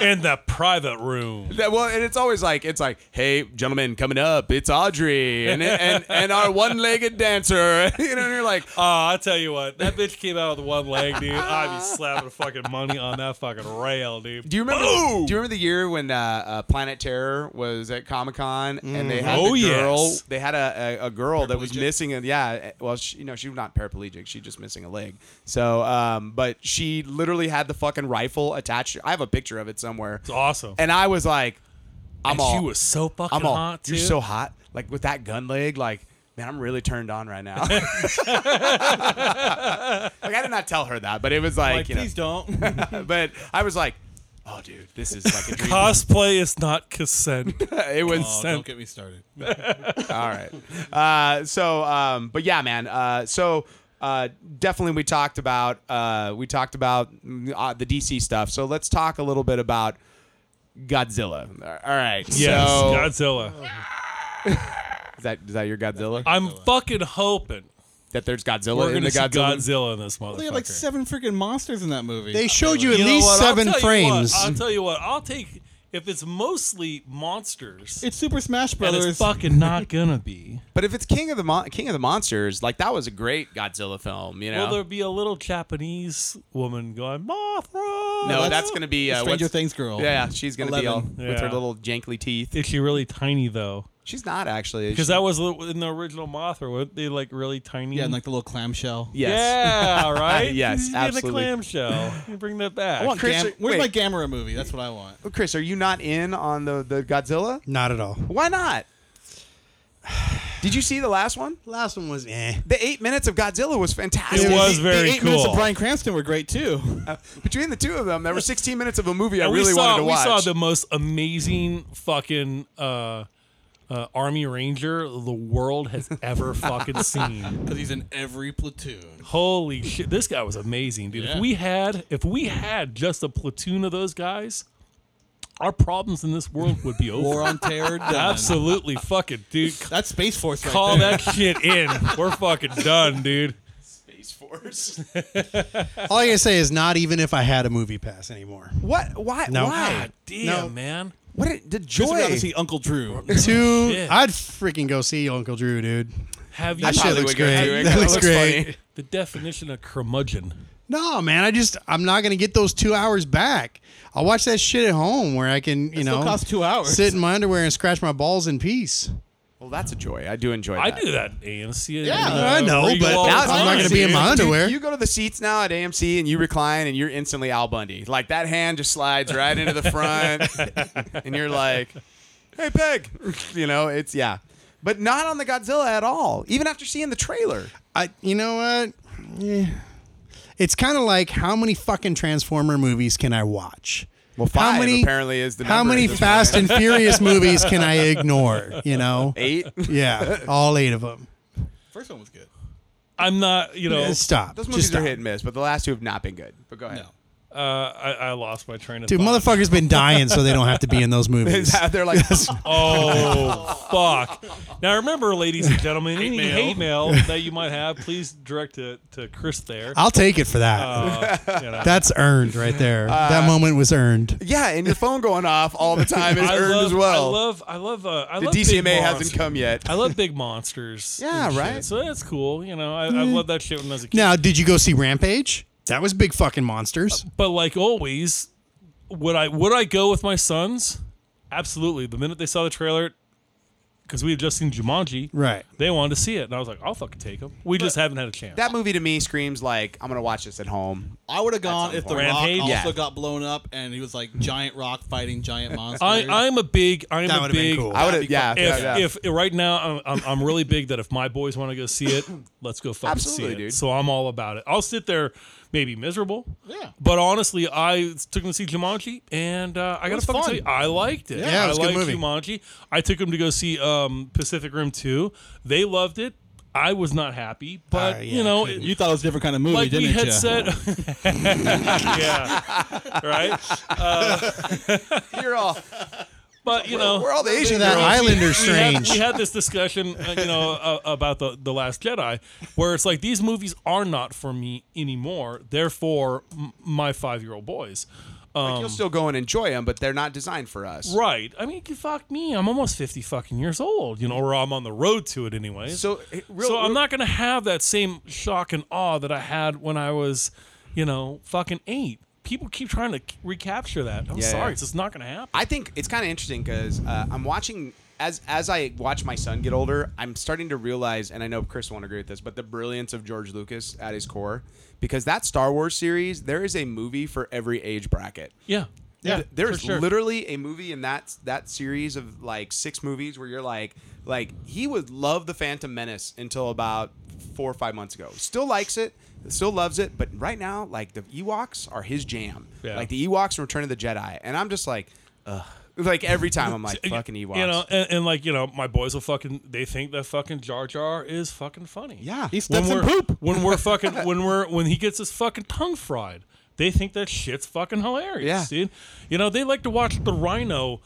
[SPEAKER 5] in the private room.
[SPEAKER 2] That, well, and it's always like it's like, hey, gentlemen, coming up, it's Audrey and and, and our one-legged dancer. you know, and you're like,
[SPEAKER 5] Ah, I tell you what, that bitch came out with one leg, dude. I'd be slapping fucking money on that fucking rail, dude.
[SPEAKER 2] Do you remember? Do you remember the year when uh, uh, Planet Terror was at Comic Con and they had
[SPEAKER 5] Oh,
[SPEAKER 2] the
[SPEAKER 5] yes.
[SPEAKER 2] girl? They had a, a, a girl that was
[SPEAKER 3] Paraplegic?
[SPEAKER 2] missing. A, yeah, eh, well, she, you know, she was not paraplegic. She just missing a leg. So, um, but she literally had the fucking rifle attached. I have a picture of it somewhere.
[SPEAKER 5] It's awesome.
[SPEAKER 2] And I was like, I'm
[SPEAKER 5] And
[SPEAKER 2] all.
[SPEAKER 5] she was so fucking
[SPEAKER 2] I'm all.
[SPEAKER 5] hot, too.
[SPEAKER 2] You're so hot. Like with that gun leg, like. Man, I'm really turned on right now. like I did not tell her that, but it was like,
[SPEAKER 3] like,
[SPEAKER 2] you know,
[SPEAKER 3] please don't.
[SPEAKER 2] but I was like, oh, dude, this is like a dream.
[SPEAKER 5] Cosplay is not consent.
[SPEAKER 2] it was
[SPEAKER 3] Oh, don't get me started.
[SPEAKER 2] all right. Uh, so, um, but yeah, man. Uh, so. Uh, definitely, we talked about uh, we talked about mm, uh, the DC stuff. So let's talk a little bit about Godzilla. All right.
[SPEAKER 5] Yes,
[SPEAKER 2] So
[SPEAKER 5] Godzilla.
[SPEAKER 2] is that is that your Godzilla?
[SPEAKER 5] I'm fucking hoping
[SPEAKER 2] that there's
[SPEAKER 5] we're
[SPEAKER 2] Godzilla in
[SPEAKER 5] gonna
[SPEAKER 2] the
[SPEAKER 5] see
[SPEAKER 2] Godzilla.
[SPEAKER 5] Godzilla. in this motherfucker.
[SPEAKER 3] They had like seven freaking monsters in that movie.
[SPEAKER 4] they showed you at
[SPEAKER 5] You know
[SPEAKER 4] least
[SPEAKER 5] what? I'll
[SPEAKER 4] seven
[SPEAKER 5] tell you
[SPEAKER 4] frames.
[SPEAKER 5] what, I'll tell you what. I'll take if it's mostly monsters.
[SPEAKER 3] it's Super Smash
[SPEAKER 5] and
[SPEAKER 3] Brothers.
[SPEAKER 5] it's fucking not gonna be.
[SPEAKER 2] But if it's King of the Mon- King of the Monsters, like that was a great Godzilla film. You know,
[SPEAKER 5] Will there be a little Japanese woman going Mothra?
[SPEAKER 2] no, that's gonna be uh,
[SPEAKER 3] Stranger
[SPEAKER 2] what's-
[SPEAKER 3] Things girl.
[SPEAKER 2] Yeah, she's gonna be all
[SPEAKER 3] Eleven.
[SPEAKER 2] with her
[SPEAKER 5] Yeah.
[SPEAKER 2] little jankly teeth.
[SPEAKER 5] Is she really tiny though?
[SPEAKER 2] She's not actually is
[SPEAKER 5] Because
[SPEAKER 2] she?
[SPEAKER 5] that was li- in the original Mothra. Weren't they like really tiny?
[SPEAKER 3] yeah, and like the little clamshell.
[SPEAKER 2] yes.
[SPEAKER 5] Yeah, right.
[SPEAKER 2] Yes,
[SPEAKER 5] you get
[SPEAKER 2] absolutely.
[SPEAKER 5] A clamshell. You bring that back.
[SPEAKER 3] I want
[SPEAKER 2] Chris,
[SPEAKER 3] Gam-
[SPEAKER 2] wait.
[SPEAKER 3] Where's my Gamera movie? That's what I want.
[SPEAKER 2] Well, Chris, are you not in on the, the Godzilla?
[SPEAKER 4] Not at all.
[SPEAKER 2] Why not? Did you see the last one?
[SPEAKER 4] Last one was eh.
[SPEAKER 2] The eight minutes of Godzilla was fantastic.
[SPEAKER 5] It was
[SPEAKER 3] The-
[SPEAKER 5] very
[SPEAKER 3] the eight minutes
[SPEAKER 5] cool.
[SPEAKER 3] of Brian Cranston were great too.
[SPEAKER 2] Between the two of them, there were 16 minutes of a movie I
[SPEAKER 5] And
[SPEAKER 2] really
[SPEAKER 5] we saw,
[SPEAKER 2] wanted to watch.
[SPEAKER 5] We saw the most amazing fucking uh, uh, Army Ranger the world has ever fucking seen.
[SPEAKER 3] Because he's in every platoon.
[SPEAKER 5] Holy shit! This guy was amazing, dude.
[SPEAKER 3] Yeah.
[SPEAKER 5] If we had, if we had just a platoon of those guys, our problems in this world would be
[SPEAKER 3] War
[SPEAKER 5] over.
[SPEAKER 3] on terror. Done.
[SPEAKER 5] Absolutely, fuck it, dude.
[SPEAKER 3] That's Space Force. Right
[SPEAKER 5] Call
[SPEAKER 3] there.
[SPEAKER 5] that shit in. We're fucking done, dude.
[SPEAKER 2] Space Force.
[SPEAKER 4] All I gotta say is not even if I had a movie pass anymore.
[SPEAKER 2] What? Why?
[SPEAKER 4] No.
[SPEAKER 2] Why?
[SPEAKER 5] God damn,
[SPEAKER 4] No.
[SPEAKER 5] man.
[SPEAKER 2] What? a- The
[SPEAKER 3] Just
[SPEAKER 2] joy.
[SPEAKER 3] rather see Uncle Drew.
[SPEAKER 4] Two,
[SPEAKER 5] Shit.
[SPEAKER 4] I'd freaking go see Uncle Drew, dude.
[SPEAKER 5] Have you
[SPEAKER 4] That shit
[SPEAKER 2] probably
[SPEAKER 4] looks
[SPEAKER 2] would go do
[SPEAKER 4] great.
[SPEAKER 2] it.
[SPEAKER 4] That
[SPEAKER 2] That
[SPEAKER 4] looks
[SPEAKER 2] looks
[SPEAKER 4] great.
[SPEAKER 2] funny.
[SPEAKER 5] the definition of curmudgeon?
[SPEAKER 4] No, man, I just I'm not gonna get those two hours back. I'll watch that shit at home where I can, you
[SPEAKER 3] still
[SPEAKER 4] know,
[SPEAKER 3] costs two hours.
[SPEAKER 4] sit in my underwear and scratch my balls in peace.
[SPEAKER 2] Well, that's a joy. I do enjoy
[SPEAKER 5] I
[SPEAKER 2] that.
[SPEAKER 5] do that at AMC.
[SPEAKER 3] Yeah,
[SPEAKER 4] I know,
[SPEAKER 5] Regal
[SPEAKER 4] but
[SPEAKER 5] all the
[SPEAKER 4] now I'm
[SPEAKER 5] time.
[SPEAKER 4] not gonna be in my
[SPEAKER 2] Dude,
[SPEAKER 4] underwear.
[SPEAKER 2] Oh, you go to the seats now at AMC and you recline and you're instantly Al Bundy. Like that hand just slides right into the front and you're like, hey, Peg. You know, it's, yeah. But not on the Godzilla at all, even after seeing the trailer.
[SPEAKER 4] I, you know what? It's kind of like how many fucking Transformer movies can I watch?
[SPEAKER 2] Well, five
[SPEAKER 4] how many,
[SPEAKER 2] apparently is the
[SPEAKER 4] How
[SPEAKER 2] number at
[SPEAKER 4] many
[SPEAKER 2] this
[SPEAKER 4] Fast
[SPEAKER 2] point.
[SPEAKER 4] and Furious movies can I ignore? You know,
[SPEAKER 2] Eight.
[SPEAKER 4] yeah, all eight of them.
[SPEAKER 3] First one was good.
[SPEAKER 5] I'm not, you know,
[SPEAKER 4] Stop.
[SPEAKER 2] Those
[SPEAKER 4] Just
[SPEAKER 2] movies
[SPEAKER 4] stop.
[SPEAKER 2] are hit and miss, but the last two have not been good. But go ahead.
[SPEAKER 3] No.
[SPEAKER 5] uh, I, I lost my train of
[SPEAKER 4] Dude,
[SPEAKER 5] thought.
[SPEAKER 4] motherfuckers been dying so they don't have to be in those movies.
[SPEAKER 2] They're like,
[SPEAKER 5] Oh fuck! Now remember, ladies and gentlemen, any
[SPEAKER 3] mail.
[SPEAKER 5] hate mail that you might have, please direct it to Chris there.
[SPEAKER 4] I'll take it for that.
[SPEAKER 2] Oh.
[SPEAKER 5] Uh, you know.
[SPEAKER 4] That's earned right there.
[SPEAKER 2] Uh,
[SPEAKER 4] that moment was earned.
[SPEAKER 2] yeah, and your phone going off all the time is
[SPEAKER 5] I
[SPEAKER 2] earned
[SPEAKER 5] love,
[SPEAKER 2] as well.
[SPEAKER 5] I love, I love, uh, I
[SPEAKER 2] the
[SPEAKER 5] love big
[SPEAKER 2] DCMA
[SPEAKER 5] monsters.
[SPEAKER 2] hasn't come yet.
[SPEAKER 5] I love big monsters.
[SPEAKER 2] Yeah,
[SPEAKER 5] and shit,
[SPEAKER 2] right.
[SPEAKER 5] So that's cool. You know, I, I love that shit when I was a kid.
[SPEAKER 4] Mm. Now, did you go see Rampage? Uh, That was big fucking monsters.
[SPEAKER 5] But like always, would I would I go with my sons? Absolutely. The minute they saw the trailer, because we had just seen Jumanji,
[SPEAKER 4] Right.
[SPEAKER 5] They wanted to see it, and I was like, I'll fucking take them. We just haven't had a chance.
[SPEAKER 2] That movie to me screams like I'm gonna watch this at home.
[SPEAKER 3] I would have gone
[SPEAKER 2] some
[SPEAKER 3] if the
[SPEAKER 5] point.
[SPEAKER 3] rock
[SPEAKER 5] Rampage?
[SPEAKER 3] also
[SPEAKER 2] Yeah.
[SPEAKER 3] got blown up and he was like giant rock fighting giant monsters.
[SPEAKER 5] I, I'm a big, I'm
[SPEAKER 4] That
[SPEAKER 5] a
[SPEAKER 4] would have
[SPEAKER 5] big.
[SPEAKER 4] been cool.
[SPEAKER 2] I would have, yeah,
[SPEAKER 5] If,
[SPEAKER 2] yeah, yeah.
[SPEAKER 5] if right now I'm, I'm, I'm really big that if my boys want to go see it, let's go fucking see
[SPEAKER 2] Absolutely,
[SPEAKER 5] it.
[SPEAKER 2] dude.
[SPEAKER 5] So I'm all about it. I'll sit there, maybe miserable.
[SPEAKER 3] Yeah.
[SPEAKER 5] But honestly, I took them to see Jumanji, and uh, I gotta
[SPEAKER 3] was
[SPEAKER 5] fucking
[SPEAKER 3] fun.
[SPEAKER 5] tell you, I liked it.
[SPEAKER 4] Yeah, it was
[SPEAKER 5] I
[SPEAKER 4] a
[SPEAKER 5] liked
[SPEAKER 4] good movie.
[SPEAKER 5] Jumanji. I took them to go see um, Pacific Rim 2. They loved it. I was not happy, but
[SPEAKER 4] Uh, yeah,
[SPEAKER 5] you know,
[SPEAKER 4] couldn't.
[SPEAKER 5] it,
[SPEAKER 3] you thought it was a different kind of movie,
[SPEAKER 5] like
[SPEAKER 3] didn't
[SPEAKER 5] we had
[SPEAKER 3] you?
[SPEAKER 5] said, yeah, right.
[SPEAKER 2] You're all,
[SPEAKER 5] But you know,
[SPEAKER 2] we're all the Asian
[SPEAKER 4] That
[SPEAKER 2] girls.
[SPEAKER 4] Islander
[SPEAKER 5] we had-
[SPEAKER 4] strange.
[SPEAKER 5] We had this discussion, uh, you know, uh, about the the Last Jedi, where it's like these movies are not for me anymore. Therefore, m- my five year old boys. Um,
[SPEAKER 2] You'll still go and enjoy them, but they're not designed for us.
[SPEAKER 5] Right. I mean, you fuck me. I'm almost fifty fucking years old. You know, or I'm on the road to it anyway.
[SPEAKER 2] So, eh, real-
[SPEAKER 5] so I'm
[SPEAKER 2] real-
[SPEAKER 5] not gonna have that same shock and awe that I had when I was, you know, fucking eight. People keep trying to recapture that. I'm
[SPEAKER 2] Yeah,
[SPEAKER 5] sorry,
[SPEAKER 2] yeah.
[SPEAKER 5] it's just not gonna happen.
[SPEAKER 2] I think it's kind of interesting because uh, I'm watching as as I watch my son get older, I'm starting to realize, and I know Chris won't agree with this, but the brilliance of George Lucas at his core, because that Star Wars series, there is a movie for every age bracket.
[SPEAKER 5] yeah.
[SPEAKER 2] Th- there
[SPEAKER 5] for
[SPEAKER 2] is
[SPEAKER 5] sure.
[SPEAKER 2] literally a movie in that that series of like six movies where you're like, like he would love the Phantom Menace until about four or five months ago. Still likes it, still loves it, but right now, like the Ewoks are his jam.
[SPEAKER 5] Yeah.
[SPEAKER 2] Like the Ewoks and Return of the Jedi, and I'm just like, ugh. Like every time I'm like
[SPEAKER 5] Y-
[SPEAKER 2] fucking Ewoks.
[SPEAKER 5] You know, and, uh, and like you know, my boys will fucking. They think that fucking Jar Jar is fucking funny.
[SPEAKER 2] yeah.
[SPEAKER 3] He
[SPEAKER 5] When
[SPEAKER 3] steps in
[SPEAKER 5] we're
[SPEAKER 3] poop.
[SPEAKER 5] when we're fucking when we're when he gets his fucking tongue fried, they think that shit's fucking hilarious,
[SPEAKER 2] Yeah.
[SPEAKER 5] dude. You know, they like to watch the rhino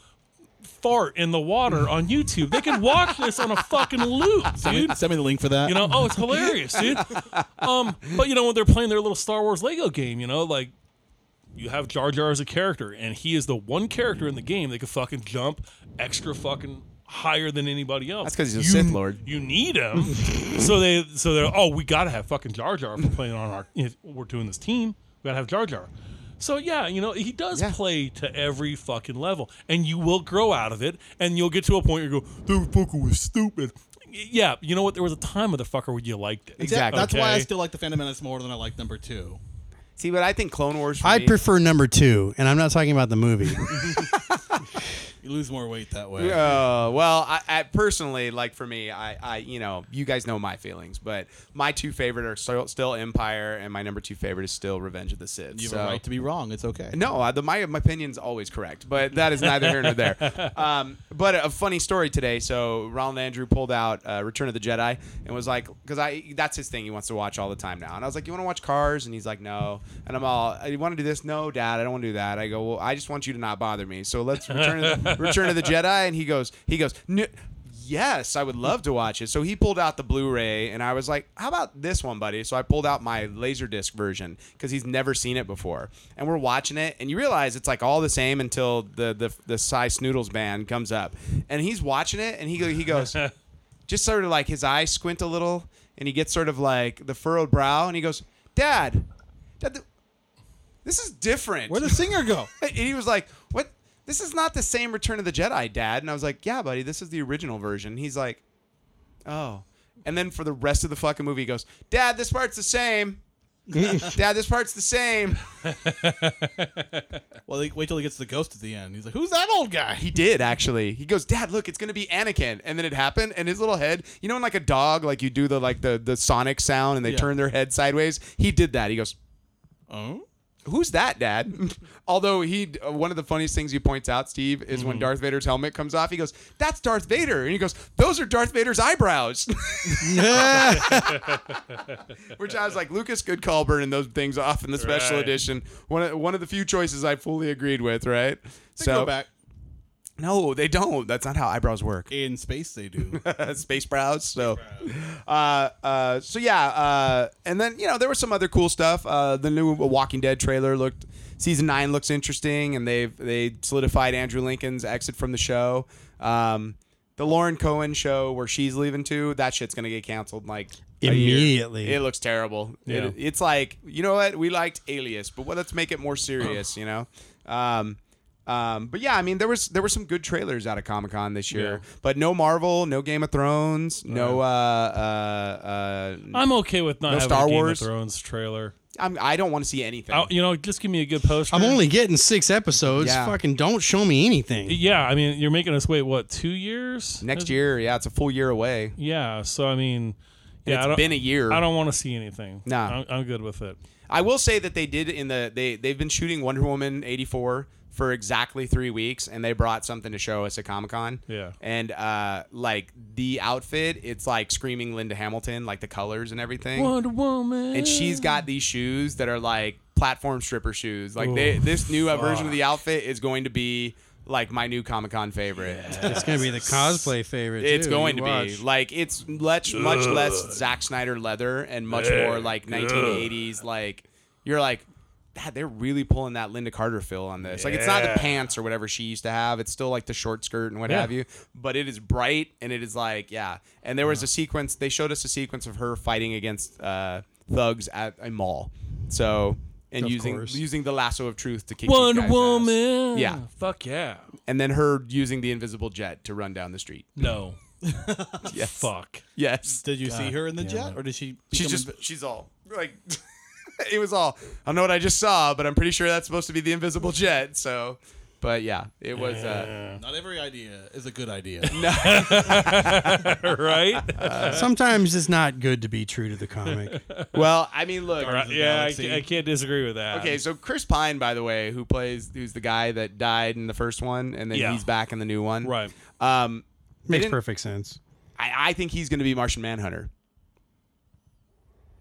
[SPEAKER 5] fart in the water on YouTube. They can watch this on a fucking loop, dude.
[SPEAKER 3] Send me the link for that.
[SPEAKER 5] You know, oh, it's hilarious, dude. Um, but you know when they're playing their little Star Wars Lego game, you know, like you have Jar Jar as a character, and he is the one character in the game that can fucking jump extra fucking higher than anybody else.
[SPEAKER 2] That's 'cause he's a
[SPEAKER 5] You-
[SPEAKER 2] Sith Lord.
[SPEAKER 5] You need him, so they so they're oh we gotta have fucking Jar Jar if we're playing on our if we're doing this team. We gotta have Jar Jar. So yeah, you know he does
[SPEAKER 2] Yeah.
[SPEAKER 5] play to every fucking level, and you will grow out of it, and you'll get to a point where you go, "That fucker was stupid." Y- Yeah, you know what? There was a time, motherfucker, where you liked it.
[SPEAKER 2] Exactly.
[SPEAKER 3] That's why I
[SPEAKER 5] Okay.
[SPEAKER 3] still like the Phantom Menace more than I like number two.
[SPEAKER 2] See, but I think Clone Wars. For
[SPEAKER 4] I'd
[SPEAKER 2] me-
[SPEAKER 4] prefer number two, and I'm not talking about the movie.
[SPEAKER 3] You lose more weight that way.
[SPEAKER 2] Oh well, I, I personally like for me, I, I you know you guys know my feelings, but my two favorite are still, still Empire, and my number two favorite is still Revenge of the Sith.
[SPEAKER 3] You have
[SPEAKER 2] so.
[SPEAKER 3] a right to be wrong. It's okay.
[SPEAKER 2] No, uh, the, my my opinion's always correct, but that is neither here nor there. Um, but a funny story today. So Ronald Andrew pulled out uh, Return of the Jedi and was like, because I that's his thing. He wants to watch all the time now. And I was like, you want to watch Cars? And he's like, no. And I'm all, you want to do this? No, Dad, I don't want to do that. I go, well, I just want you to not bother me. So let's Return of the, Return of the Jedi. And he goes, he goes. "N- Yes, I would love to watch it. So he pulled out the Blu-ray, and I was like, "How about this one, buddy?" So I pulled out my Laserdisc version because he's never seen it before, and we're watching it, and you realize it's like all the same until the the the Cy Snoodles band comes up, and he's watching it, and he go- he goes, just sort of like his eyes squint a little, and he gets sort of like the furrowed brow, and he goes, "Dad, Dad, th- this is different."
[SPEAKER 3] Where'd the singer go?
[SPEAKER 2] and he was like, "What? This is not the same Return of the Jedi, Dad." And I was like, "Yeah, buddy, this is the original version." He's like, "Oh," and then for the rest of the fucking movie, he goes, "Dad, this part's the same." Dad, this part's the same.
[SPEAKER 3] Well, they, wait till he gets the ghost at the end. He's like, "Who's that old guy?"
[SPEAKER 2] He did actually. He goes, Dad, look, it's gonna be Anakin, and then it happened, and his little head. You know, when like a dog, like you do the like the the sonic sound, and they
[SPEAKER 3] Yeah.
[SPEAKER 2] turn their head sideways. He did that. He goes,
[SPEAKER 3] Oh,
[SPEAKER 2] who's that dad although he uh, one of the funniest things he points out steve is
[SPEAKER 3] Mm-hmm.
[SPEAKER 2] when darth vader's helmet comes off he goes that's darth vader and he goes those are darth vader's eyebrows which i was like lucas good call burning those things off in the special
[SPEAKER 5] Right.
[SPEAKER 2] edition one of, one of the few choices i fully agreed with right
[SPEAKER 3] they go back
[SPEAKER 2] no they don't that's not how eyebrows work
[SPEAKER 3] in space. They do.
[SPEAKER 2] space brows. So, uh, uh, so yeah, uh, and then you know there was some other cool stuff. Uh, the new Walking Dead trailer looked season nine looks interesting, and they've they solidified Andrew Lincoln's exit from the show. Um, the Lauren Cohen show where she's leaving too. That shit's gonna get canceled in, like. a year.
[SPEAKER 4] Immediately.
[SPEAKER 2] it looks terrible. It-
[SPEAKER 5] Yeah.
[SPEAKER 2] it's like you know what we liked Alias, but well, let's make it more serious. You know, um, um, but yeah, I mean there was there were some good trailers out of Comic Con this year, but no Marvel, no Game of Thrones, no. Uh, uh, uh,
[SPEAKER 5] I'm okay with not
[SPEAKER 2] No
[SPEAKER 5] having
[SPEAKER 2] Star
[SPEAKER 5] a Game
[SPEAKER 2] Wars?
[SPEAKER 5] of Thrones trailer.
[SPEAKER 2] I'm, I don't want to see anything.
[SPEAKER 5] I, you know, just give me a good poster.
[SPEAKER 4] I'm only getting six episodes.
[SPEAKER 2] Yeah.
[SPEAKER 4] Fucking don't show me anything.
[SPEAKER 5] Yeah, I mean, you're making us wait what two years
[SPEAKER 2] Next year, yeah, it's a full year away.
[SPEAKER 5] Yeah, so I mean, yeah, I
[SPEAKER 2] it's
[SPEAKER 5] don't,
[SPEAKER 2] been a year.
[SPEAKER 5] I don't want to see anything.
[SPEAKER 2] Nah.
[SPEAKER 5] I'm, I'm good with it.
[SPEAKER 2] I will say that they did in the they they've been shooting Wonder Woman eighty four for exactly three weeks, and they brought something to show us at Comic Con.
[SPEAKER 5] Yeah.
[SPEAKER 2] and uh, like the outfit, it's like screaming Linda Hamilton, like the colors and everything.
[SPEAKER 5] Wonder Woman,
[SPEAKER 2] And she's got these shoes that are like platform stripper shoes. Like they,
[SPEAKER 5] Oh,
[SPEAKER 2] this new version of the outfit is going to be like my new Comic Con favorite.
[SPEAKER 4] It's gonna be the cosplay favorite.
[SPEAKER 2] It's
[SPEAKER 4] too.
[SPEAKER 2] going to
[SPEAKER 4] You
[SPEAKER 2] be
[SPEAKER 4] watch.
[SPEAKER 2] like it's much much less Zack Snyder leather and much more like 1980s. Like you're like, God, they're really pulling that Linda Carter fill on this. Like it's not the pants or whatever she used to have. It's still like the short skirt and what
[SPEAKER 5] Yeah.
[SPEAKER 2] have you. But it is bright and it is like yeah. And there was a sequence. They showed us a sequence of her fighting against uh, thugs at a mall. So. And
[SPEAKER 4] Of
[SPEAKER 2] using
[SPEAKER 4] course.
[SPEAKER 2] using the lasso of truth to kick these
[SPEAKER 5] Wonder
[SPEAKER 2] guys' ass.
[SPEAKER 5] Woman.
[SPEAKER 2] Yeah,
[SPEAKER 5] fuck yeah.
[SPEAKER 2] and then her using the invisible jet to run down the street.
[SPEAKER 5] No,
[SPEAKER 2] Yes,
[SPEAKER 5] fuck.
[SPEAKER 2] yes.
[SPEAKER 3] Did you see her in the
[SPEAKER 5] damn
[SPEAKER 3] jet,
[SPEAKER 5] it.
[SPEAKER 3] or did she?
[SPEAKER 2] She's
[SPEAKER 3] become
[SPEAKER 2] just
[SPEAKER 3] invi-
[SPEAKER 2] she's all like it was all I don't know what I just saw, but I'm pretty sure that's supposed to be the invisible jet. So, but yeah, it was. Uh,
[SPEAKER 3] not every idea is a good idea.
[SPEAKER 5] right?
[SPEAKER 4] Sometimes it's not good to be true to the comic.
[SPEAKER 2] well, I mean, look.
[SPEAKER 5] Right, Yeah, I,
[SPEAKER 3] Galaxy.
[SPEAKER 5] ca- I can't disagree with that.
[SPEAKER 2] Okay, so Chris Pine, by the way, who plays who's the guy that died in the first one, and then
[SPEAKER 5] Yeah.
[SPEAKER 2] he's back in the new one.
[SPEAKER 5] right.
[SPEAKER 2] Um, they
[SPEAKER 4] Makes
[SPEAKER 2] didn't-
[SPEAKER 4] perfect sense.
[SPEAKER 2] I, I think he's going to be Martian Manhunter.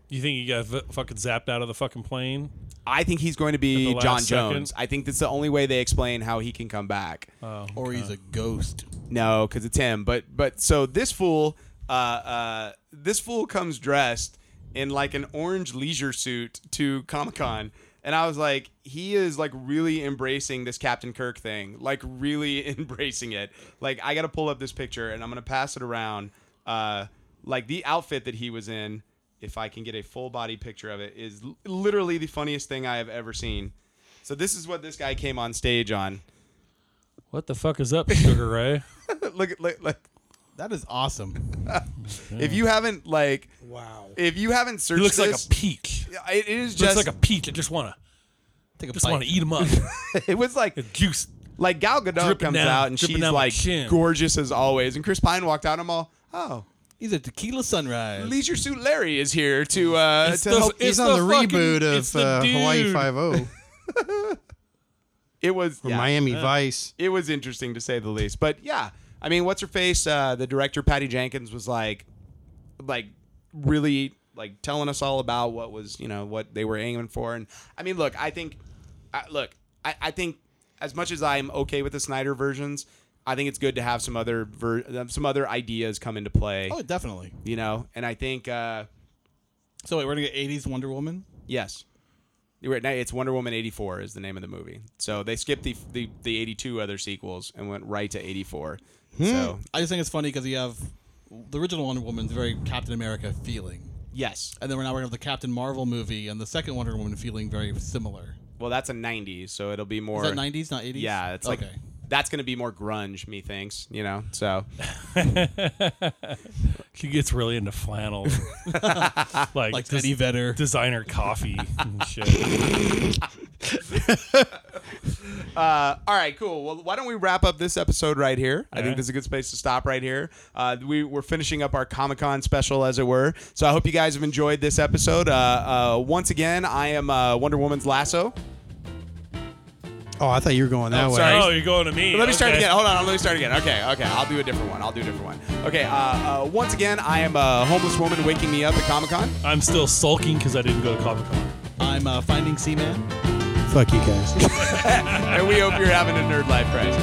[SPEAKER 5] You think you got v- fucking zapped out of the fucking plane?
[SPEAKER 2] I think he's going to be
[SPEAKER 5] At the
[SPEAKER 2] John
[SPEAKER 5] last second.
[SPEAKER 2] Jones. I think that's the only way they explain how he can come back.
[SPEAKER 3] or he's a ghost.
[SPEAKER 2] No, because it's him. But but so this fool, uh, uh, this fool comes dressed in like an orange leisure suit to Comic Con, and I was like, he is like really embracing this Captain Kirk thing, like really embracing it. Like I gotta pull up this picture, and I'm gonna pass it around. Uh, like the outfit that he was in, if I can get a full body picture of it, is l- literally the funniest thing I have ever seen. So this is what this guy came on stage on.
[SPEAKER 5] What the fuck is up, Sugar Ray?
[SPEAKER 2] look, at- look, look.
[SPEAKER 3] That is awesome.
[SPEAKER 2] If you haven't like
[SPEAKER 4] Wow.
[SPEAKER 2] If you haven't
[SPEAKER 5] He
[SPEAKER 2] searched
[SPEAKER 5] looks like
[SPEAKER 2] this,
[SPEAKER 5] a peak.
[SPEAKER 2] it is
[SPEAKER 5] Looks
[SPEAKER 2] just
[SPEAKER 5] like a peak. I just wanna,
[SPEAKER 3] Take a
[SPEAKER 5] just
[SPEAKER 3] bite.
[SPEAKER 5] wanna eat him up.
[SPEAKER 2] it was like
[SPEAKER 5] Juice.
[SPEAKER 2] like Gal Gadot
[SPEAKER 5] dripping
[SPEAKER 2] comes
[SPEAKER 5] down-
[SPEAKER 2] out and
[SPEAKER 5] dripping
[SPEAKER 2] she's
[SPEAKER 5] down my
[SPEAKER 2] like
[SPEAKER 5] chin.
[SPEAKER 2] gorgeous as always, and Chris Pine walked out. and I'm all oh,
[SPEAKER 3] He's a tequila sunrise.
[SPEAKER 2] Leisure Suit Larry is here to uh to
[SPEAKER 5] the-
[SPEAKER 2] help.
[SPEAKER 5] it's
[SPEAKER 4] He's on the,
[SPEAKER 5] fucking-
[SPEAKER 4] reboot
[SPEAKER 5] it's
[SPEAKER 4] of
[SPEAKER 5] the
[SPEAKER 4] uh, Hawaii
[SPEAKER 5] dude.
[SPEAKER 4] Five O or
[SPEAKER 2] It was yeah,
[SPEAKER 4] Miami Vice.
[SPEAKER 2] it was interesting to say the least, but yeah, I mean, what's her face? Uh, the director Patty Jenkins was like, like really like telling us all about what was you know what they were aiming for and i mean look i think I, look I, I think as much as i'm okay with the snyder versions i think it's good to have some other ver- uh, some other ideas come into play
[SPEAKER 3] Oh, definitely.
[SPEAKER 2] you know and i think uh
[SPEAKER 3] So wait, we're gonna get '80s Wonder Woman.
[SPEAKER 2] yes You were- now it's Wonder Woman 84 is the name of the movie. So they skipped the the, the 82 other sequels and went right to 84. So,
[SPEAKER 3] I just think it's funny because you have the original Wonder Woman's very Captain America feeling,
[SPEAKER 2] yes.
[SPEAKER 3] and then we're now we're gonna have the Captain Marvel movie and the second Wonder Woman feeling very similar.
[SPEAKER 2] Well, that's a 90s, so it'll be more
[SPEAKER 3] Is that '90s, not '80s?
[SPEAKER 2] Yeah, it's like
[SPEAKER 3] okay.
[SPEAKER 2] that's going to be more grunge, methinks, you know. So
[SPEAKER 5] She gets really into flannel, like
[SPEAKER 3] like
[SPEAKER 5] des-
[SPEAKER 3] Eddie Vedder.
[SPEAKER 5] designer coffee and shit.
[SPEAKER 2] All right, cool. Well, why don't we wrap up this episode right here? I think
[SPEAKER 5] right.
[SPEAKER 2] this is a good space to stop right here. Uh, we, we're finishing up our Comic Con special, as it were. So I hope you guys have enjoyed this episode. Uh, uh, once again, I am uh, Wonder Woman's Lasso.
[SPEAKER 4] Oh, I thought you were going that
[SPEAKER 2] Oh,
[SPEAKER 4] way.
[SPEAKER 2] sorry.
[SPEAKER 5] Oh, you're going to me.
[SPEAKER 2] Let me start
[SPEAKER 5] Okay.
[SPEAKER 2] again. Hold on. Let me start again. Okay. Okay. I'll do a different one. I'll do a different one. Okay. Uh, uh, once again, I am a homeless woman waking me up at Comic Con.
[SPEAKER 5] I'm still sulking because I didn't go to Comic Con.
[SPEAKER 3] I'm uh, Finding Seaman.
[SPEAKER 4] Fuck you guys.
[SPEAKER 2] And we hope you're having a nerd life crisis.